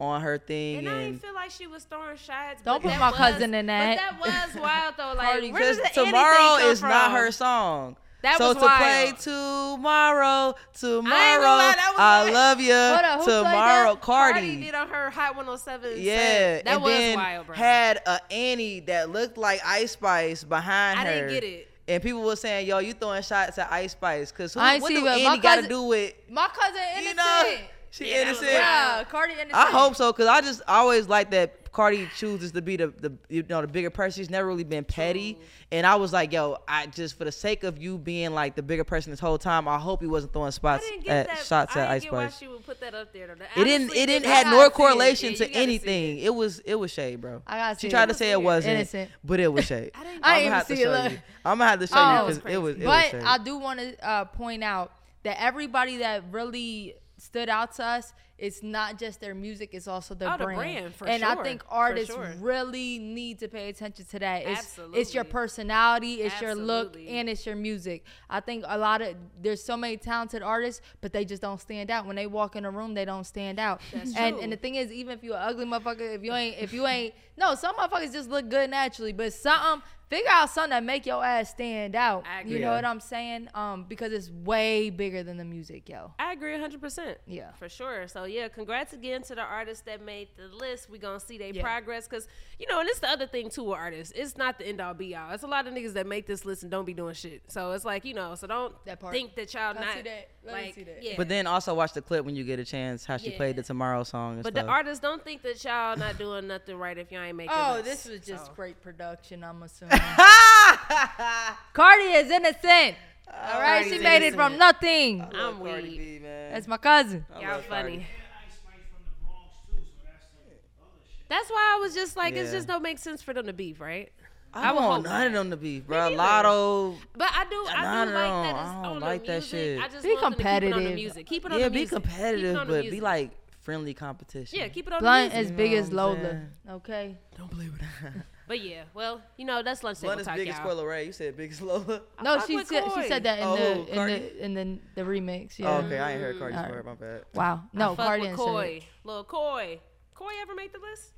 Speaker 3: on her thing,
Speaker 5: Mm. And
Speaker 3: and,
Speaker 5: I didn't feel like she was throwing shots.
Speaker 6: Don't
Speaker 5: but
Speaker 6: put
Speaker 5: that
Speaker 6: my
Speaker 5: was-
Speaker 6: cousin in that.
Speaker 5: But that was wild though.
Speaker 6: Cardi-
Speaker 5: Like where does
Speaker 6: Because
Speaker 5: the anything
Speaker 3: tomorrow
Speaker 5: come
Speaker 3: is not
Speaker 5: from?
Speaker 3: her song.
Speaker 5: That
Speaker 3: so
Speaker 5: was
Speaker 3: to
Speaker 5: wild.
Speaker 3: play tomorrow, tomorrow,
Speaker 5: lie, that was
Speaker 3: I
Speaker 5: wild.
Speaker 3: love you.
Speaker 5: Hold on, who played
Speaker 3: tomorrow,
Speaker 5: that?
Speaker 3: Cardi.
Speaker 5: did on her Hot 107.
Speaker 3: Yeah,
Speaker 5: set. that
Speaker 3: and
Speaker 5: was
Speaker 3: then
Speaker 5: wild, bro.
Speaker 3: Had a Annie that looked like Ice Spice behind
Speaker 5: I
Speaker 3: her.
Speaker 5: didn't get it.
Speaker 3: And people were saying, "Yo, you throwing shots at Ice Spice?" Because
Speaker 6: I
Speaker 3: what
Speaker 6: ain't see
Speaker 3: do
Speaker 6: what my
Speaker 3: Annie got to
Speaker 6: cousin-
Speaker 3: do with?
Speaker 6: My cousin innocent.
Speaker 5: *laughs*
Speaker 3: She innocent.
Speaker 6: Yeah, Cardi innocent.
Speaker 3: I hope so, cause I just I always like that Cardi chooses to be the, the you know the bigger person. She's never really been petty, and I was like, yo, I just for the sake of you being like the bigger person this whole time, I hope he wasn't throwing spots
Speaker 5: I didn't get
Speaker 3: at
Speaker 5: that.
Speaker 3: shots
Speaker 5: I
Speaker 3: at
Speaker 5: didn't
Speaker 3: Ice
Speaker 5: get why
Speaker 3: Spice.
Speaker 5: she would put that up there. Though.
Speaker 3: It didn't.
Speaker 5: Honestly,
Speaker 3: It didn't
Speaker 5: I
Speaker 3: had
Speaker 5: gotta
Speaker 3: no
Speaker 5: see it.
Speaker 3: correlation
Speaker 5: Yeah, you
Speaker 3: to
Speaker 5: gotta see
Speaker 3: anything. It. was it was shade, bro.
Speaker 6: I gotta
Speaker 3: she
Speaker 6: see
Speaker 3: tried
Speaker 6: it.
Speaker 3: to say
Speaker 6: I
Speaker 3: it
Speaker 6: wanna see it.
Speaker 3: wasn't,
Speaker 6: Innocent.
Speaker 3: but it was shade. I didn't.
Speaker 6: I
Speaker 3: I'm
Speaker 6: didn't
Speaker 3: gonna have to
Speaker 6: see it,
Speaker 3: show
Speaker 6: look.
Speaker 3: you. I'm gonna have to show
Speaker 6: Oh.
Speaker 3: you because it was. It was
Speaker 6: but
Speaker 3: shade.
Speaker 6: I do want to uh, point out that everybody that really stood out to us, it's not just their music, it's also their
Speaker 5: Oh, the
Speaker 6: brand.
Speaker 5: brand, for
Speaker 6: and I
Speaker 5: sure,
Speaker 6: think
Speaker 5: for
Speaker 6: artists
Speaker 5: sure.
Speaker 6: really need to pay attention to that. It's, It's
Speaker 5: Absolutely.
Speaker 6: your personality, it's your look, and it's your music. I think a lot of there's so many talented artists, but they just don't stand out. When they walk in a room, they don't stand out.
Speaker 5: That's
Speaker 6: and
Speaker 5: true.
Speaker 6: and the thing is, even if you're an ugly motherfucker, if you ain't if you ain't no, some motherfuckers just look good naturally, but something figure out something that make your ass stand out. You know
Speaker 5: Yeah.
Speaker 6: what I'm saying? Um, because it's way bigger than the music, yo.
Speaker 5: I agree 100%.
Speaker 6: Yeah.
Speaker 5: For sure. So, yeah, congrats again to the artists that made the list. we going to see their
Speaker 6: Yeah.
Speaker 5: progress because, you know, and it's the other thing, too, with artists. It's not the end all be all. It's a lot of niggas that make this list and don't be doing shit. So, it's like, you know, so don't
Speaker 6: part.
Speaker 5: think that y'all
Speaker 6: Don't
Speaker 5: not.
Speaker 6: see that. Let me
Speaker 5: like,
Speaker 6: see that.
Speaker 5: Yeah.
Speaker 3: But then also watch the clip when you get a chance. How she
Speaker 5: Yeah.
Speaker 3: played the Tomorrow song and
Speaker 5: But
Speaker 3: stuff.
Speaker 5: the artists don't think that y'all not doing nothing right if y'all ain't making
Speaker 6: Oh,
Speaker 5: lists.
Speaker 6: this was just
Speaker 5: So,
Speaker 6: great production,
Speaker 5: *laughs*
Speaker 6: I'm assuming. Cardi is innocent. All right,
Speaker 5: Cardi's
Speaker 6: she made it from
Speaker 5: Oh, innocent.
Speaker 6: nothing.
Speaker 5: I'm weak.
Speaker 6: That's my cousin.
Speaker 5: Y'all funny. That's why I was just like, it
Speaker 3: Yeah.
Speaker 5: just don't make sense for them to beef, right?
Speaker 3: I,
Speaker 5: would hope
Speaker 3: want none of them to be, bro.
Speaker 5: neither.
Speaker 3: Lotto.
Speaker 5: But I do, I
Speaker 3: None
Speaker 5: do
Speaker 3: of
Speaker 5: like
Speaker 3: them.
Speaker 5: that. It's
Speaker 3: I don't
Speaker 5: on
Speaker 3: like
Speaker 5: the
Speaker 3: that
Speaker 5: music.
Speaker 3: shit.
Speaker 5: I just
Speaker 6: Be
Speaker 5: want them to Keep it on the
Speaker 6: competitive.
Speaker 5: music. Keep it on
Speaker 3: Yeah,
Speaker 5: the
Speaker 3: be
Speaker 5: music.
Speaker 3: competitive,
Speaker 5: keep it on the
Speaker 3: but be
Speaker 5: music.
Speaker 3: like friendly competition.
Speaker 5: yeah, keep it on
Speaker 6: Blunt
Speaker 5: the music.
Speaker 6: as big as
Speaker 3: You know what I'm
Speaker 6: Lola.
Speaker 3: saying?
Speaker 6: Okay.
Speaker 3: Don't play with that.
Speaker 5: But yeah, well, you know that's lunch
Speaker 3: One
Speaker 5: table
Speaker 3: is
Speaker 5: talk,
Speaker 3: big as
Speaker 5: y'all.
Speaker 3: Coil Ray. You said big as Lola. *laughs*
Speaker 6: No,
Speaker 5: fuck
Speaker 6: she
Speaker 5: with
Speaker 6: said
Speaker 5: Koi. Oh,
Speaker 6: she said that in
Speaker 3: Oh,
Speaker 6: the in
Speaker 3: Cardi?
Speaker 6: the in the, the remix. Yeah.
Speaker 3: okay, I ain't heard Cardi's
Speaker 6: All
Speaker 3: word, my bad.
Speaker 6: Wow.
Speaker 5: I
Speaker 6: No,
Speaker 5: fuck
Speaker 6: Cardi
Speaker 5: with
Speaker 6: didn't say
Speaker 5: Koi.
Speaker 6: it.
Speaker 5: Little Koi. Koi ever made the list?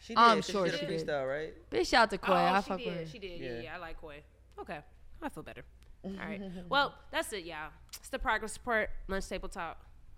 Speaker 3: She did.
Speaker 6: I'm
Speaker 3: 'cause
Speaker 6: sure
Speaker 3: she did
Speaker 6: she
Speaker 3: a
Speaker 6: did.
Speaker 3: freestyle, right?
Speaker 6: Big shout out to Koi.
Speaker 5: Oh,
Speaker 6: I
Speaker 5: she
Speaker 6: fuck
Speaker 5: did.
Speaker 6: with her.
Speaker 5: She did.
Speaker 3: Yeah.
Speaker 5: Yeah. yeah, I like Koi. Okay, I feel better. All
Speaker 6: *laughs*
Speaker 5: right. well, that's it, y'all. It's the progress report. Lunch table talk.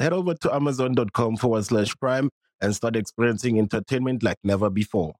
Speaker 7: Head over to amazon.com forward slash prime and start experiencing entertainment like never before.